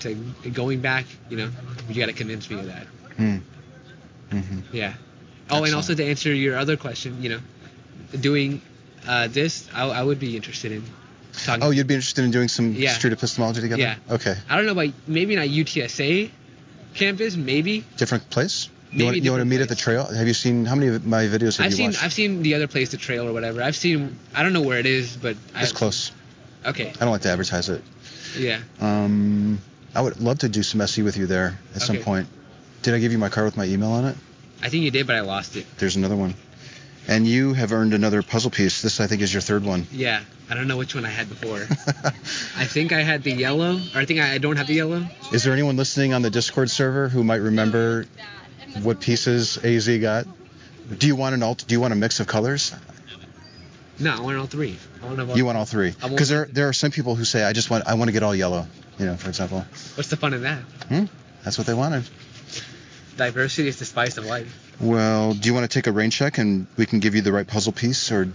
Speaker 3: to going back you know you got to convince me of that
Speaker 5: hmm
Speaker 3: yeah. Oh, and also to answer your other question, you know, doing uh, this, I, I would be interested in talking.
Speaker 5: Oh, you'd be interested in doing some
Speaker 3: Yeah.
Speaker 5: street epistemology together?
Speaker 3: Yeah.
Speaker 5: Okay.
Speaker 3: I don't know about maybe not UTSA campus, maybe.
Speaker 5: Different place?
Speaker 3: Maybe
Speaker 5: you want, you want to
Speaker 3: different
Speaker 5: meet at the
Speaker 3: place.
Speaker 5: trail? Have you seen how many of my videos have
Speaker 3: I've
Speaker 5: you
Speaker 3: seen
Speaker 5: watched?
Speaker 3: I've seen the other place, the trail or whatever. I've seen I don't know where it is, but
Speaker 5: it's
Speaker 3: I,
Speaker 5: close.
Speaker 3: Okay,
Speaker 5: I don't like to advertise it.
Speaker 3: yeah.
Speaker 5: Um, I would love to do some SE with you there at some
Speaker 3: Okay.
Speaker 5: point. Did I give you my card with my email on it?
Speaker 3: I think you did, but I lost it.
Speaker 5: There's another one. And you have earned another puzzle piece. This, I think, is your third one.
Speaker 3: Yeah, I don't know which one I had before. I think I had the yellow, or I think I, I don't have the yellow.
Speaker 5: Is there anyone listening on the Discord server who might remember what pieces AZ got? Do you want an alt? Do you want a mix of colors?
Speaker 3: No, I want all three. I want all,
Speaker 5: You want all three?
Speaker 3: I want-
Speaker 5: Because there, there are some people who say, I just want, I want to get all yellow. You know, for example.
Speaker 3: What's the fun in that?
Speaker 5: Hmm? That's what they wanted.
Speaker 3: Diversity is the spice of life.
Speaker 5: Well, do you want to take a rain check and we can give you the right puzzle piece, or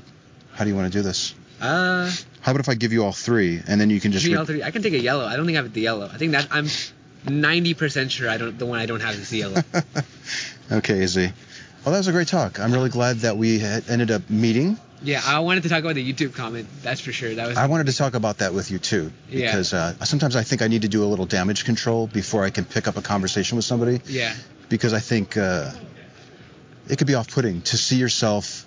Speaker 5: how do you want to do this?
Speaker 3: Uh,
Speaker 5: How about if I give you all three and then you can just
Speaker 3: Give me
Speaker 5: re-
Speaker 3: all three. I can take a yellow. I don't think I have the yellow. I think that I'm 90% sure I don't. The one I don't have is the yellow.
Speaker 5: Okay, AZ. Well, that was a great talk. I'm really glad that we had ended up meeting.
Speaker 3: yeah, I wanted to talk about the YouTube comment. That's for sure. That was.
Speaker 5: I wanted to talk about that with you too,
Speaker 3: Yeah.
Speaker 5: because uh, sometimes I think I need to do a little damage control before I can pick up a conversation with somebody,
Speaker 3: yeah.
Speaker 5: because I think uh, it could be off-putting to see yourself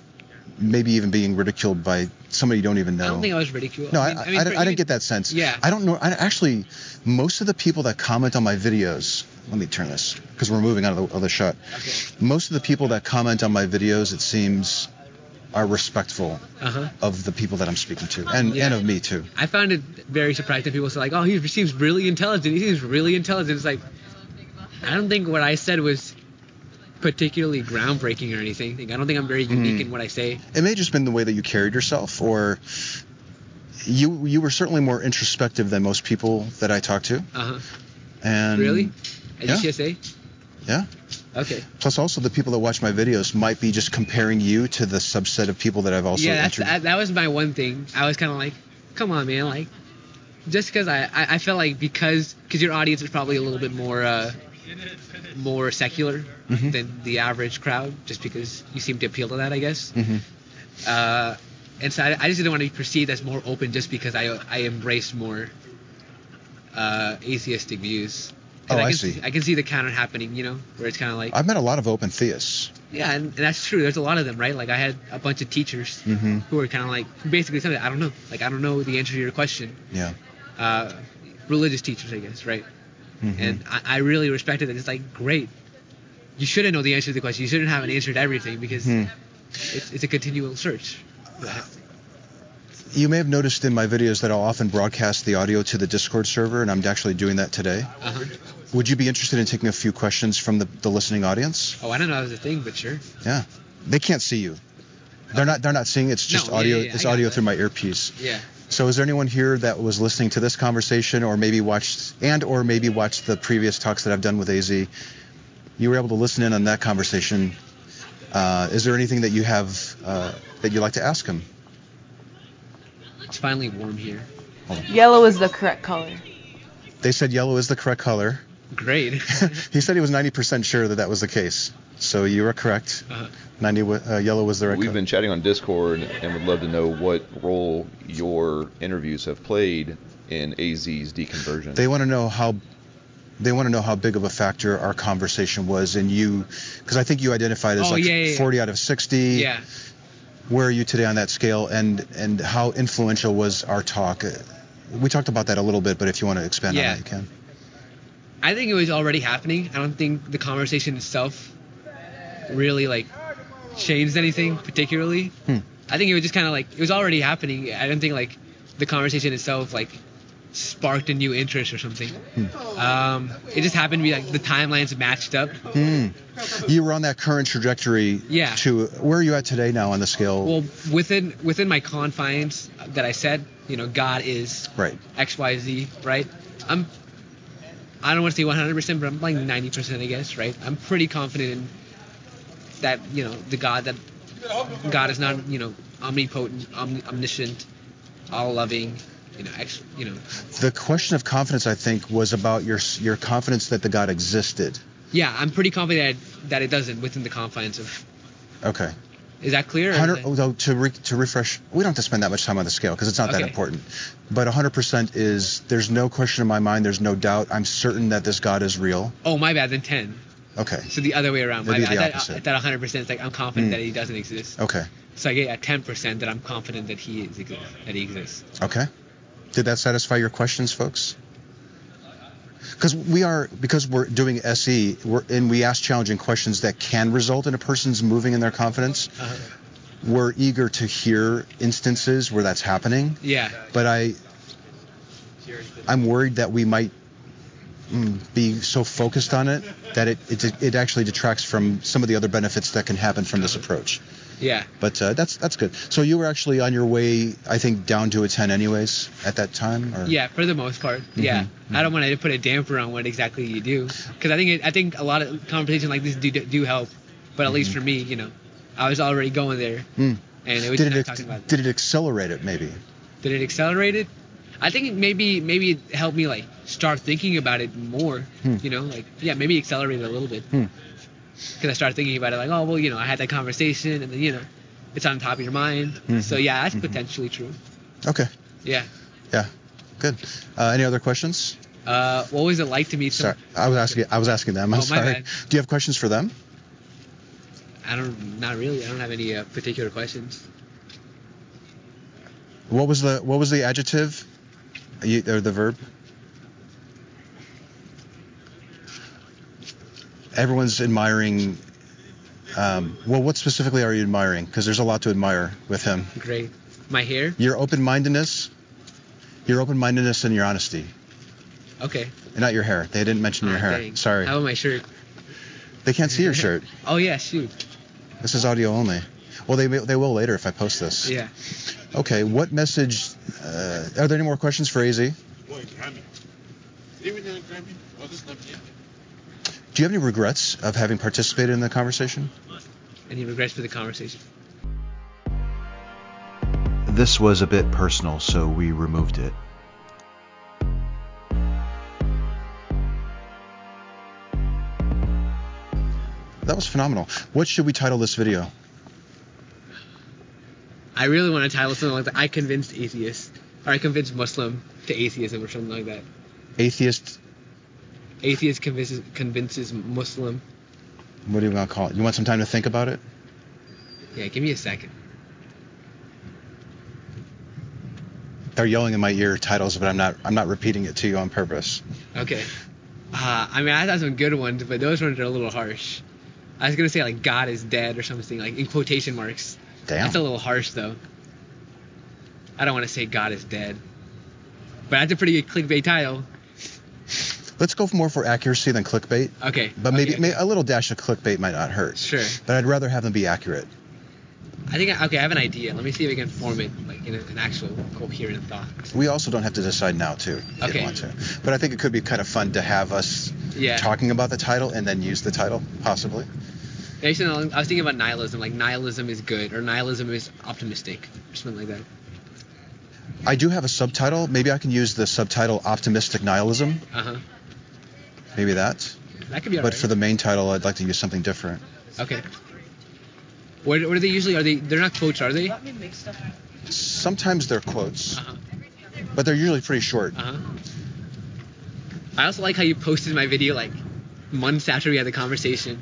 Speaker 5: maybe even being ridiculed by somebody you don't even know.
Speaker 3: I don't think I was ridiculed.
Speaker 5: No,
Speaker 3: I,
Speaker 5: I,
Speaker 3: mean,
Speaker 5: I,
Speaker 3: I, mean,
Speaker 5: I
Speaker 3: for
Speaker 5: didn't- I
Speaker 3: even-
Speaker 5: didn't get that sense.
Speaker 3: Yeah.
Speaker 5: I don't know. I actually, most of the people that comment on my videos, let me turn this because we're moving on to the other shot.
Speaker 3: Okay.
Speaker 5: Most of the people that comment on my videos, it seems, are respectful
Speaker 3: Uh huh.
Speaker 5: of the people that I'm speaking to and,
Speaker 3: Yeah.
Speaker 5: and of me too.
Speaker 3: I found it very surprising. People say like, "Oh, he seems really intelligent. He seems really intelligent." It's like, I don't think what I said was particularly groundbreaking or anything. I don't think I'm very
Speaker 5: Mm.
Speaker 3: unique in what I say.
Speaker 5: It may have just been the way that you carried yourself, or you you were certainly more introspective than most people that I talk to.
Speaker 3: Uh huh.
Speaker 5: And
Speaker 3: Really? At
Speaker 5: yeah.
Speaker 3: UTSA?
Speaker 5: Yeah.
Speaker 3: Okay.
Speaker 5: Plus, also the people that watch my videos might be just comparing you to the subset of people that I've also
Speaker 3: yeah, that's,
Speaker 5: inter-
Speaker 3: that, that was my one thing. I was kind of like, come on, man, like, just because I, I, I felt like because because your audience is probably a little bit more uh, more secular
Speaker 5: Mm-hmm.
Speaker 3: than the average crowd, just because you seem to appeal to that, I guess.
Speaker 5: Mm-hmm.
Speaker 3: Uh, and so I, I just didn't want to be perceived as more open just because I I embrace more uh, atheistic views. 'Cause
Speaker 5: Oh, I
Speaker 3: can
Speaker 5: see.
Speaker 3: I can see the counter happening, you know, where it's kind of like,
Speaker 5: I've met a lot of open theists.
Speaker 3: yeah, and, and that's true. There's a lot of them, right? Like I had a bunch of teachers
Speaker 5: Mhm.
Speaker 3: who were kind of like basically something I don't know. Like I don't know the answer to your question.
Speaker 5: Yeah.
Speaker 3: Uh, religious teachers, I guess, right? And I, I really respected it. It's like great. You shouldn't know the answer to the question. You shouldn't have an answer to everything because it's, it's a continual search.
Speaker 5: You may have noticed in my videos that I'll often broadcast the audio to the Discord server, and I'm actually doing that today.
Speaker 3: Uh-huh.
Speaker 5: Would you be interested in taking a few questions from the, the listening audience?
Speaker 3: Oh, I don't know that was a thing, but sure.
Speaker 5: Yeah. They can't see you. They're not. They're not seeing. It's just
Speaker 3: No, yeah,
Speaker 5: audio.
Speaker 3: yeah, yeah,
Speaker 5: It's
Speaker 3: I got
Speaker 5: audio
Speaker 3: that.
Speaker 5: through my earpiece.
Speaker 3: Yeah.
Speaker 5: So, is there anyone here that was listening to this conversation, or maybe watched, and or maybe watched the previous talks that I've done with AZ? You were able to listen in on that conversation. Uh, is there anything that you have uh, that you'd like to ask him?
Speaker 3: It's finally warm here.
Speaker 6: Yellow is the correct color.
Speaker 5: They said yellow is the correct color.
Speaker 3: Great.
Speaker 5: he said he was 90% sure that that was the case. So you are correct.
Speaker 3: Uh,
Speaker 5: 90 wa- uh, yellow was the right
Speaker 7: We've
Speaker 5: co-
Speaker 7: been chatting on Discord and would love to know what role your interviews have played in AZ's deconversion.
Speaker 5: They want to know how they want to know how big of a factor our conversation was in you because I think you identified as
Speaker 3: Oh,
Speaker 5: like
Speaker 3: yeah, yeah, yeah.
Speaker 5: 40 out of 60.
Speaker 3: yeah.
Speaker 5: Where are you today on that scale and and how influential was our talk? Uh, We talked about that a little bit, but if you want to expand
Speaker 3: Yeah.
Speaker 5: on that, you can.
Speaker 3: I think it was already happening. I don't think the conversation itself really like changed anything particularly. I think it was just kind of like it was already happening. I don't think like the conversation itself like sparked a new interest or something. Um, it just happened to be like the timelines matched up.
Speaker 5: Hmm. You were on that current trajectory
Speaker 3: Yeah.
Speaker 5: to where are you at today now on the scale?
Speaker 3: Well, within within my confines that I said, you know, God is
Speaker 5: right.
Speaker 3: X Y Z, right? I'm I don't want to say 100%, but I'm like 90%, I guess, right? I'm pretty confident in that, you know, the God that God is not, you know, omnipotent, om- omniscient, all loving, you know, ex- you know.
Speaker 5: The question of confidence, I think, was about your your confidence that the God existed.
Speaker 3: Yeah, I'm pretty confident that, that it doesn't within the confines of
Speaker 5: Okay.
Speaker 3: Is that clear? or is
Speaker 5: Hundred
Speaker 3: that-
Speaker 5: though to re, to refresh, we don't have to spend that much time on the scale because it's not that
Speaker 3: Okay.
Speaker 5: important. But 100% is there's no question in my mind, there's no doubt. I'm certain that this God is real.
Speaker 3: Oh, my bad, then 10.
Speaker 5: Okay.
Speaker 3: So the other way around.
Speaker 5: That'd
Speaker 3: I,
Speaker 5: be the
Speaker 3: I, thought,
Speaker 5: opposite. Hmm. Oh.
Speaker 3: I thought 100% is like I'm confident that he doesn't exist.
Speaker 5: Okay.
Speaker 3: So I get at 10% that I'm confident that he is exist, that he exists.
Speaker 5: Okay. Did that satisfy your questions, folks? Because we are because we're doing SE, we're, and we ask challenging questions that can result in a person's moving in their confidence. We're eager to hear instances where that's happening.
Speaker 3: Yeah.
Speaker 5: but I I'm worried that we might mm, be so focused on it that it, it it actually detracts from some of the other benefits that can happen from this approach.
Speaker 3: Yeah.
Speaker 5: But uh, that's that's good. So you were actually on your way, I think, down to a 10 anyways at that time. Or?
Speaker 3: Yeah, for the most part.
Speaker 5: Mm-hmm.
Speaker 3: Yeah, I don't want to put a damper on what exactly you do, because I think it, I think a lot of conversations like this do do help. But at least for me, you know, I was already going there,
Speaker 5: Mm-hmm. Mm.
Speaker 3: and it was
Speaker 5: Did
Speaker 3: just
Speaker 5: it
Speaker 3: talking about.
Speaker 5: did it accelerate it maybe?
Speaker 3: Did it accelerate it? I think maybe maybe it helped me like start thinking about it more.
Speaker 5: Hmm.
Speaker 3: You know, like yeah, maybe accelerate it a little bit. Because I started thinking about it, like oh well, you know, I had that conversation, and then you know, it's on top of your mind.
Speaker 5: Mm-hmm.
Speaker 3: So yeah, that's potentially true.
Speaker 5: Okay.
Speaker 3: Yeah.
Speaker 5: Yeah. Good. Uh, any other questions?
Speaker 3: Uh, what was it like to meet?
Speaker 5: Sorry,
Speaker 3: Some,
Speaker 5: I was asking. I was asking them. I'm
Speaker 3: Oh, my
Speaker 5: sorry.
Speaker 3: bad.
Speaker 5: Do you have questions for them?
Speaker 3: I don't, not really. I don't have any uh, particular questions.
Speaker 5: What was the what was the adjective, you, or the verb? Everyone's admiring. Um, well, what specifically are you admiring? Because there's a lot to admire with him.
Speaker 3: Great. My hair?
Speaker 5: Your open-mindedness, your open-mindedness, and your honesty.
Speaker 3: Okay.
Speaker 5: And not your hair. They didn't mention your
Speaker 3: Ah,
Speaker 5: hair.
Speaker 3: dang.
Speaker 5: Sorry.
Speaker 3: How about my shirt?
Speaker 5: They can't see your shirt.
Speaker 3: Oh yeah, shoot.
Speaker 5: This is audio only. Well, they may- they will later if I post this.
Speaker 3: Yeah.
Speaker 5: Okay. What message? Uh, are there any more questions for AZ? Do
Speaker 8: Boy, Grammy. Even in Grammy, all this stuff, yeah.
Speaker 5: you have any regrets of having participated in the conversation?
Speaker 3: Any regrets for the conversation?
Speaker 2: This was a bit personal, so we removed it.
Speaker 5: That was phenomenal. What should we title this video?
Speaker 3: I really want to title something like that. I convinced atheist, or I convinced Muslim to atheism, or something like that.
Speaker 5: Atheist.
Speaker 3: Atheist convinces convinces Muslim.
Speaker 5: What do you want to call it? You want some time to think about it?
Speaker 3: Yeah, give me a second.
Speaker 5: They're yelling in my ear titles, but I'm not. I'm not repeating it to you on purpose.
Speaker 3: Okay. Uh, I mean, I thought some good ones, but those ones are a little harsh. I was gonna say like God is dead or something like in quotation marks.
Speaker 5: Damn.
Speaker 3: That's a little harsh, though. I don't want to say God is dead, but that's a pretty good clickbait title.
Speaker 5: Let's go for more for accuracy than clickbait.
Speaker 3: Okay.
Speaker 5: But maybe,
Speaker 3: okay,
Speaker 5: may a little dash of clickbait might not hurt.
Speaker 3: Sure.
Speaker 5: But I'd rather have them be accurate.
Speaker 3: I think I, okay. I have an idea. Let me see if I can form it like in a, an actual coherent thought.
Speaker 5: We also don't have to decide now too. If
Speaker 3: Okay.
Speaker 5: You want to. But I think it could be kind of fun to have us
Speaker 3: Yeah.
Speaker 5: talking about the title and then use the title possibly.
Speaker 3: Yeah, you said- I was thinking about nihilism. Like nihilism is good, or nihilism is optimistic, or something like that.
Speaker 5: I do have a subtitle. Maybe I can use the subtitle Optimistic Nihilism.
Speaker 3: Uh huh.
Speaker 5: Maybe that.
Speaker 3: That could be.
Speaker 5: but
Speaker 3: alright.
Speaker 5: for the main title, I'd like to use something different.
Speaker 3: Okay. What, what are they usually? Are they? They're not quotes, are they? Uh-huh. Uh
Speaker 6: Got me mixed up.
Speaker 5: Sometimes they're quotes,
Speaker 3: huh.
Speaker 5: but they're usually pretty short.
Speaker 3: Uh huh. I also like how you posted my video like months after we had the conversation.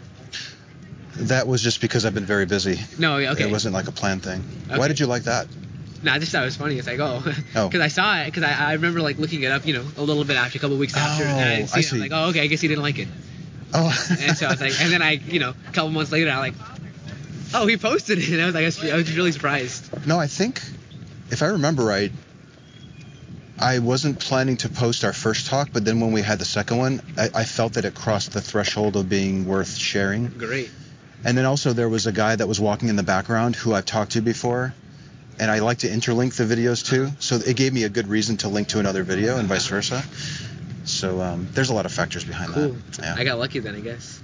Speaker 5: That was just because I've been very busy.
Speaker 3: No, yeah, okay.
Speaker 5: It wasn't like a planned thing. Why
Speaker 3: Okay.
Speaker 5: did you like that?
Speaker 3: No, I just thought it was funny. It's like, oh, because
Speaker 5: Oh.
Speaker 3: I saw it, because I, I remember like looking it up, you know, a little bit after, a couple weeks after, and I didn't
Speaker 5: Oh,
Speaker 3: see it.
Speaker 5: I
Speaker 3: I'm
Speaker 5: see.
Speaker 3: like, oh, okay, I guess he didn't like it.
Speaker 5: Oh.
Speaker 3: And so I was like, and then I, you know, a couple months later, I like, oh, he posted it, and I was like, I was, I was really surprised.
Speaker 5: No, I think, if I remember right, I wasn't planning to post our first talk, but then when we had the second one, I, I felt that it crossed the threshold of being worth sharing.
Speaker 3: Great.
Speaker 5: And then also there was a guy that was walking in the background who I've talked to before, and I like to interlink the videos too, so it gave me a good reason to link to another video and vice versa. So um, there's a lot of factors behind
Speaker 3: Cool.
Speaker 5: that. Yeah.
Speaker 3: I got lucky then, I guess.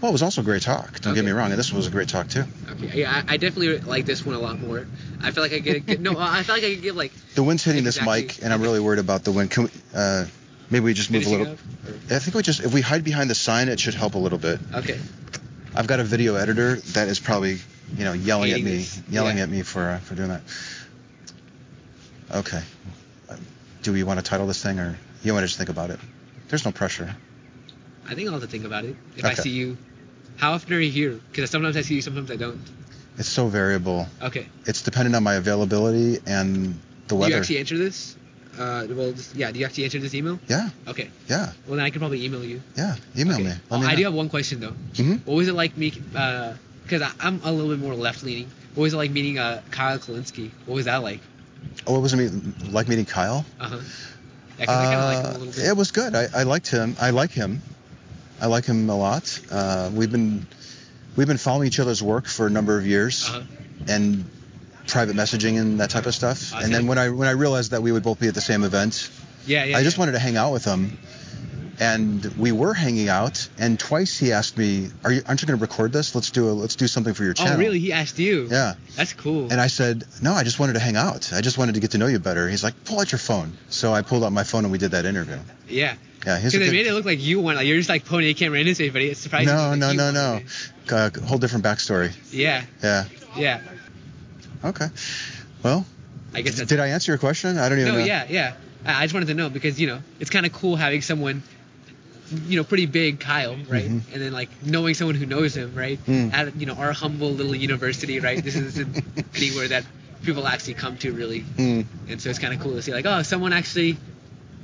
Speaker 5: well, it was also a great talk. Don't get
Speaker 3: Okay.
Speaker 5: me wrong, and this one was a great talk too.
Speaker 3: Okay. Yeah, I, I definitely like this one a lot more. I feel like I get a good, no, I feel like I could give like.
Speaker 5: The wind's hitting
Speaker 3: Exactly.
Speaker 5: this mic, and I'm really worried about the wind. Can we, uh, maybe we just move a
Speaker 3: finishing
Speaker 5: little. I think we just if we hide behind the sign, it should help a little bit.
Speaker 3: up. Okay.
Speaker 5: I've got a video editor that is probably you know yelling at
Speaker 3: Hating
Speaker 5: me,
Speaker 3: this.
Speaker 5: yelling
Speaker 3: Yeah.
Speaker 5: at me for uh, for doing that. Okay. Do we want to title this thing, or you want to just think about it? There's no pressure.
Speaker 3: I think I'll have to think about it. If I
Speaker 5: Okay.
Speaker 3: see you, how often are you here? Because sometimes I see you, sometimes I don't.
Speaker 5: It's so variable.
Speaker 3: Okay.
Speaker 5: It's dependent on my availability and the
Speaker 3: Do you
Speaker 5: weather.
Speaker 3: actually answer this? Uh, well, this, yeah. Do you actually answer this email?
Speaker 5: yeah,
Speaker 3: Okay.
Speaker 5: yeah,
Speaker 3: Well, then I can probably email you.
Speaker 5: yeah. Email
Speaker 3: Okay.
Speaker 5: me.
Speaker 3: Oh, I do have one question though.
Speaker 5: hmm
Speaker 3: What was it like meeting? Because I I'm a little bit more left leaning. What was it like meeting uh, Kyle Kalinske? What was that like?
Speaker 5: Oh, it was me like meeting Kyle.
Speaker 3: Uh-huh. Yeah, 'cause I kind of like him a little
Speaker 5: Uh,
Speaker 3: bit.
Speaker 5: It was good. I, I liked him. I like him. I like him a lot. Uh, we've been we've been following each other's work for a number of years
Speaker 3: Uh-huh.
Speaker 5: and private messaging and that type of stuff.
Speaker 3: I
Speaker 5: and then
Speaker 3: see.
Speaker 5: when I when I realized that we would both be at the same event,
Speaker 3: Yeah, yeah.
Speaker 5: I just
Speaker 3: yeah.
Speaker 5: wanted to hang out with him. And we were hanging out, and twice he asked me, "Are you? Aren't you going to record this? Let's do a, let's do something for your channel."
Speaker 3: Oh, really? He asked you?
Speaker 5: Yeah.
Speaker 3: That's cool.
Speaker 5: And I said, "No, I just wanted to hang out. I just wanted to get to know you better." He's like, "Pull out your phone." So I pulled out my phone, and we did that interview.
Speaker 3: yeah.
Speaker 5: Yeah, he's
Speaker 3: Because
Speaker 5: a
Speaker 3: they
Speaker 5: good-
Speaker 3: made it look like you won. Like you're just like pointing a camera in his face, but it's surprising.
Speaker 5: No, no,
Speaker 3: that you
Speaker 5: no,
Speaker 3: won.
Speaker 5: no. Uh, whole different backstory.
Speaker 3: Yeah,
Speaker 5: Yeah.
Speaker 3: yeah.
Speaker 5: Okay. Well,
Speaker 3: I guess that's.
Speaker 5: did I answer your question? I don't even
Speaker 3: No,
Speaker 5: know.
Speaker 3: yeah, yeah. I I just wanted to know because you know it's kind of cool having someone, you know, pretty big, Kyle, right?
Speaker 5: Mhm.
Speaker 3: And then like knowing someone who knows him, right?
Speaker 5: Mm.
Speaker 3: At you know our humble little university, right? This isn't anywhere that people actually come to really,
Speaker 5: Mm.
Speaker 3: and so it's kind of cool to see like oh someone actually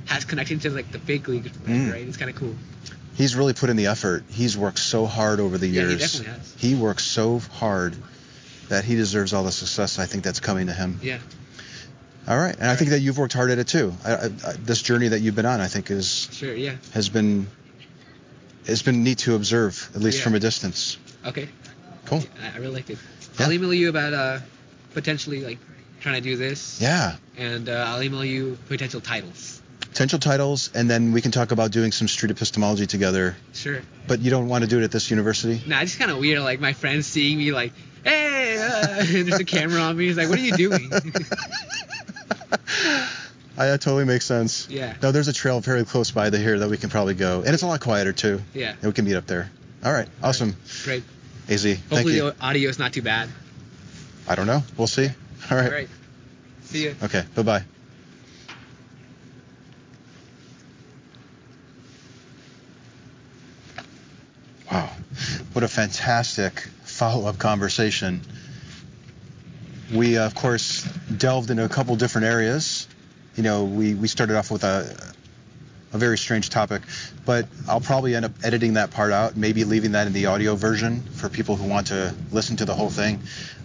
Speaker 3: has connection to like the big league,
Speaker 5: Mm.
Speaker 3: right? It's kind of cool.
Speaker 5: He's really put in the effort. He's worked so hard over the
Speaker 3: Yeah, he
Speaker 5: years.
Speaker 3: definitely has.
Speaker 5: He works so hard that he deserves all the success I think that's coming to him.
Speaker 3: Yeah.
Speaker 5: All right. And I think that you've worked hard at it too. I, I, I, this journey that you've been on, I think, is
Speaker 3: Sure. Yeah.
Speaker 5: has been it's been neat to observe, at least
Speaker 3: Yeah.
Speaker 5: from a distance.
Speaker 3: Okay.
Speaker 5: Cool.
Speaker 3: I, I really liked it.
Speaker 5: Yeah.
Speaker 3: I'll email you about uh potentially like trying to do this.
Speaker 5: Yeah.
Speaker 3: And uh, I'll email you potential titles.
Speaker 5: Potential titles, and then we can talk about doing some street epistemology together.
Speaker 3: Sure.
Speaker 5: But you don't want to do it at this university?
Speaker 3: Nah, it's kind of weird. Like my friends seeing me, like, hey, uh, and there's a camera on me. He's like, what are you doing?
Speaker 5: I, that totally makes sense.
Speaker 3: Yeah.
Speaker 5: No, there's a trail very close by to here that we can probably go, and it's a lot quieter too.
Speaker 3: yeah,
Speaker 5: And we can meet up there. All right, awesome,
Speaker 3: great.
Speaker 5: AZ. Thank
Speaker 3: Hopefully
Speaker 5: you.
Speaker 3: the audio is not too bad.
Speaker 5: I don't know. We'll see. All right.
Speaker 3: Great. See ya.
Speaker 5: Okay. Bye bye. Wow, what a fantastic follow-up conversation. We, uh, of course, delved into a couple different areas. You know, we, we started off with a, a very strange topic, but I'll probably end up editing that part out, maybe leaving that in the audio version for people who want to listen to the whole thing.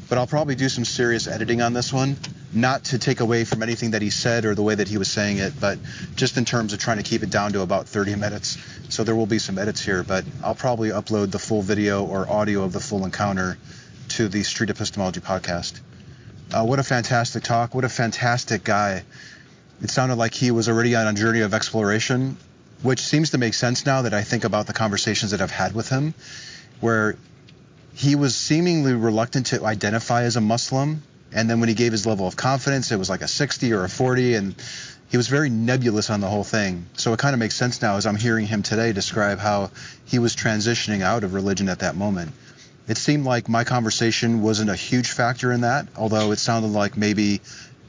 Speaker 5: But I'll probably do some serious editing on this one, not to take away from anything that he said or the way that he was saying it, but just in terms of trying to keep it down to about 30 minutes. So there will be some edits here, but I'll probably upload the full video or audio of the full encounter to the Street Epistemology podcast. Uh, what a fantastic talk. What a fantastic guy. It sounded like he was already on a journey of exploration, which seems to make sense now that I think about the conversations that I've had with him, where he was seemingly reluctant to identify as a Muslim. And then when he gave his level of confidence, it was like a 60 or a 40, and he was very nebulous on the whole thing. So it kind of makes sense now as I'm hearing him today describe how he was transitioning out of religion at that moment. It seemed like my conversation wasn't a huge factor in that, although it sounded like maybe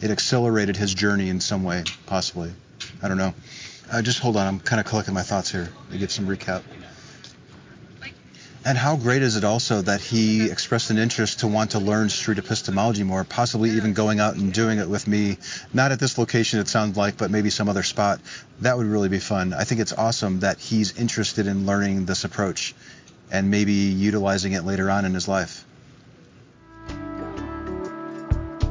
Speaker 5: it accelerated his journey in some way, possibly. I don't know. Uh, just hold on, I'm kind of collecting my thoughts here to give some recap. And how great is it also that he expressed an interest to want to learn street epistemology more, possibly even going out and doing it with me, not at this location it sounds like, but maybe some other spot. That would really be fun. I think it's awesome that he's interested in learning this approach and maybe utilizing it later on in his life.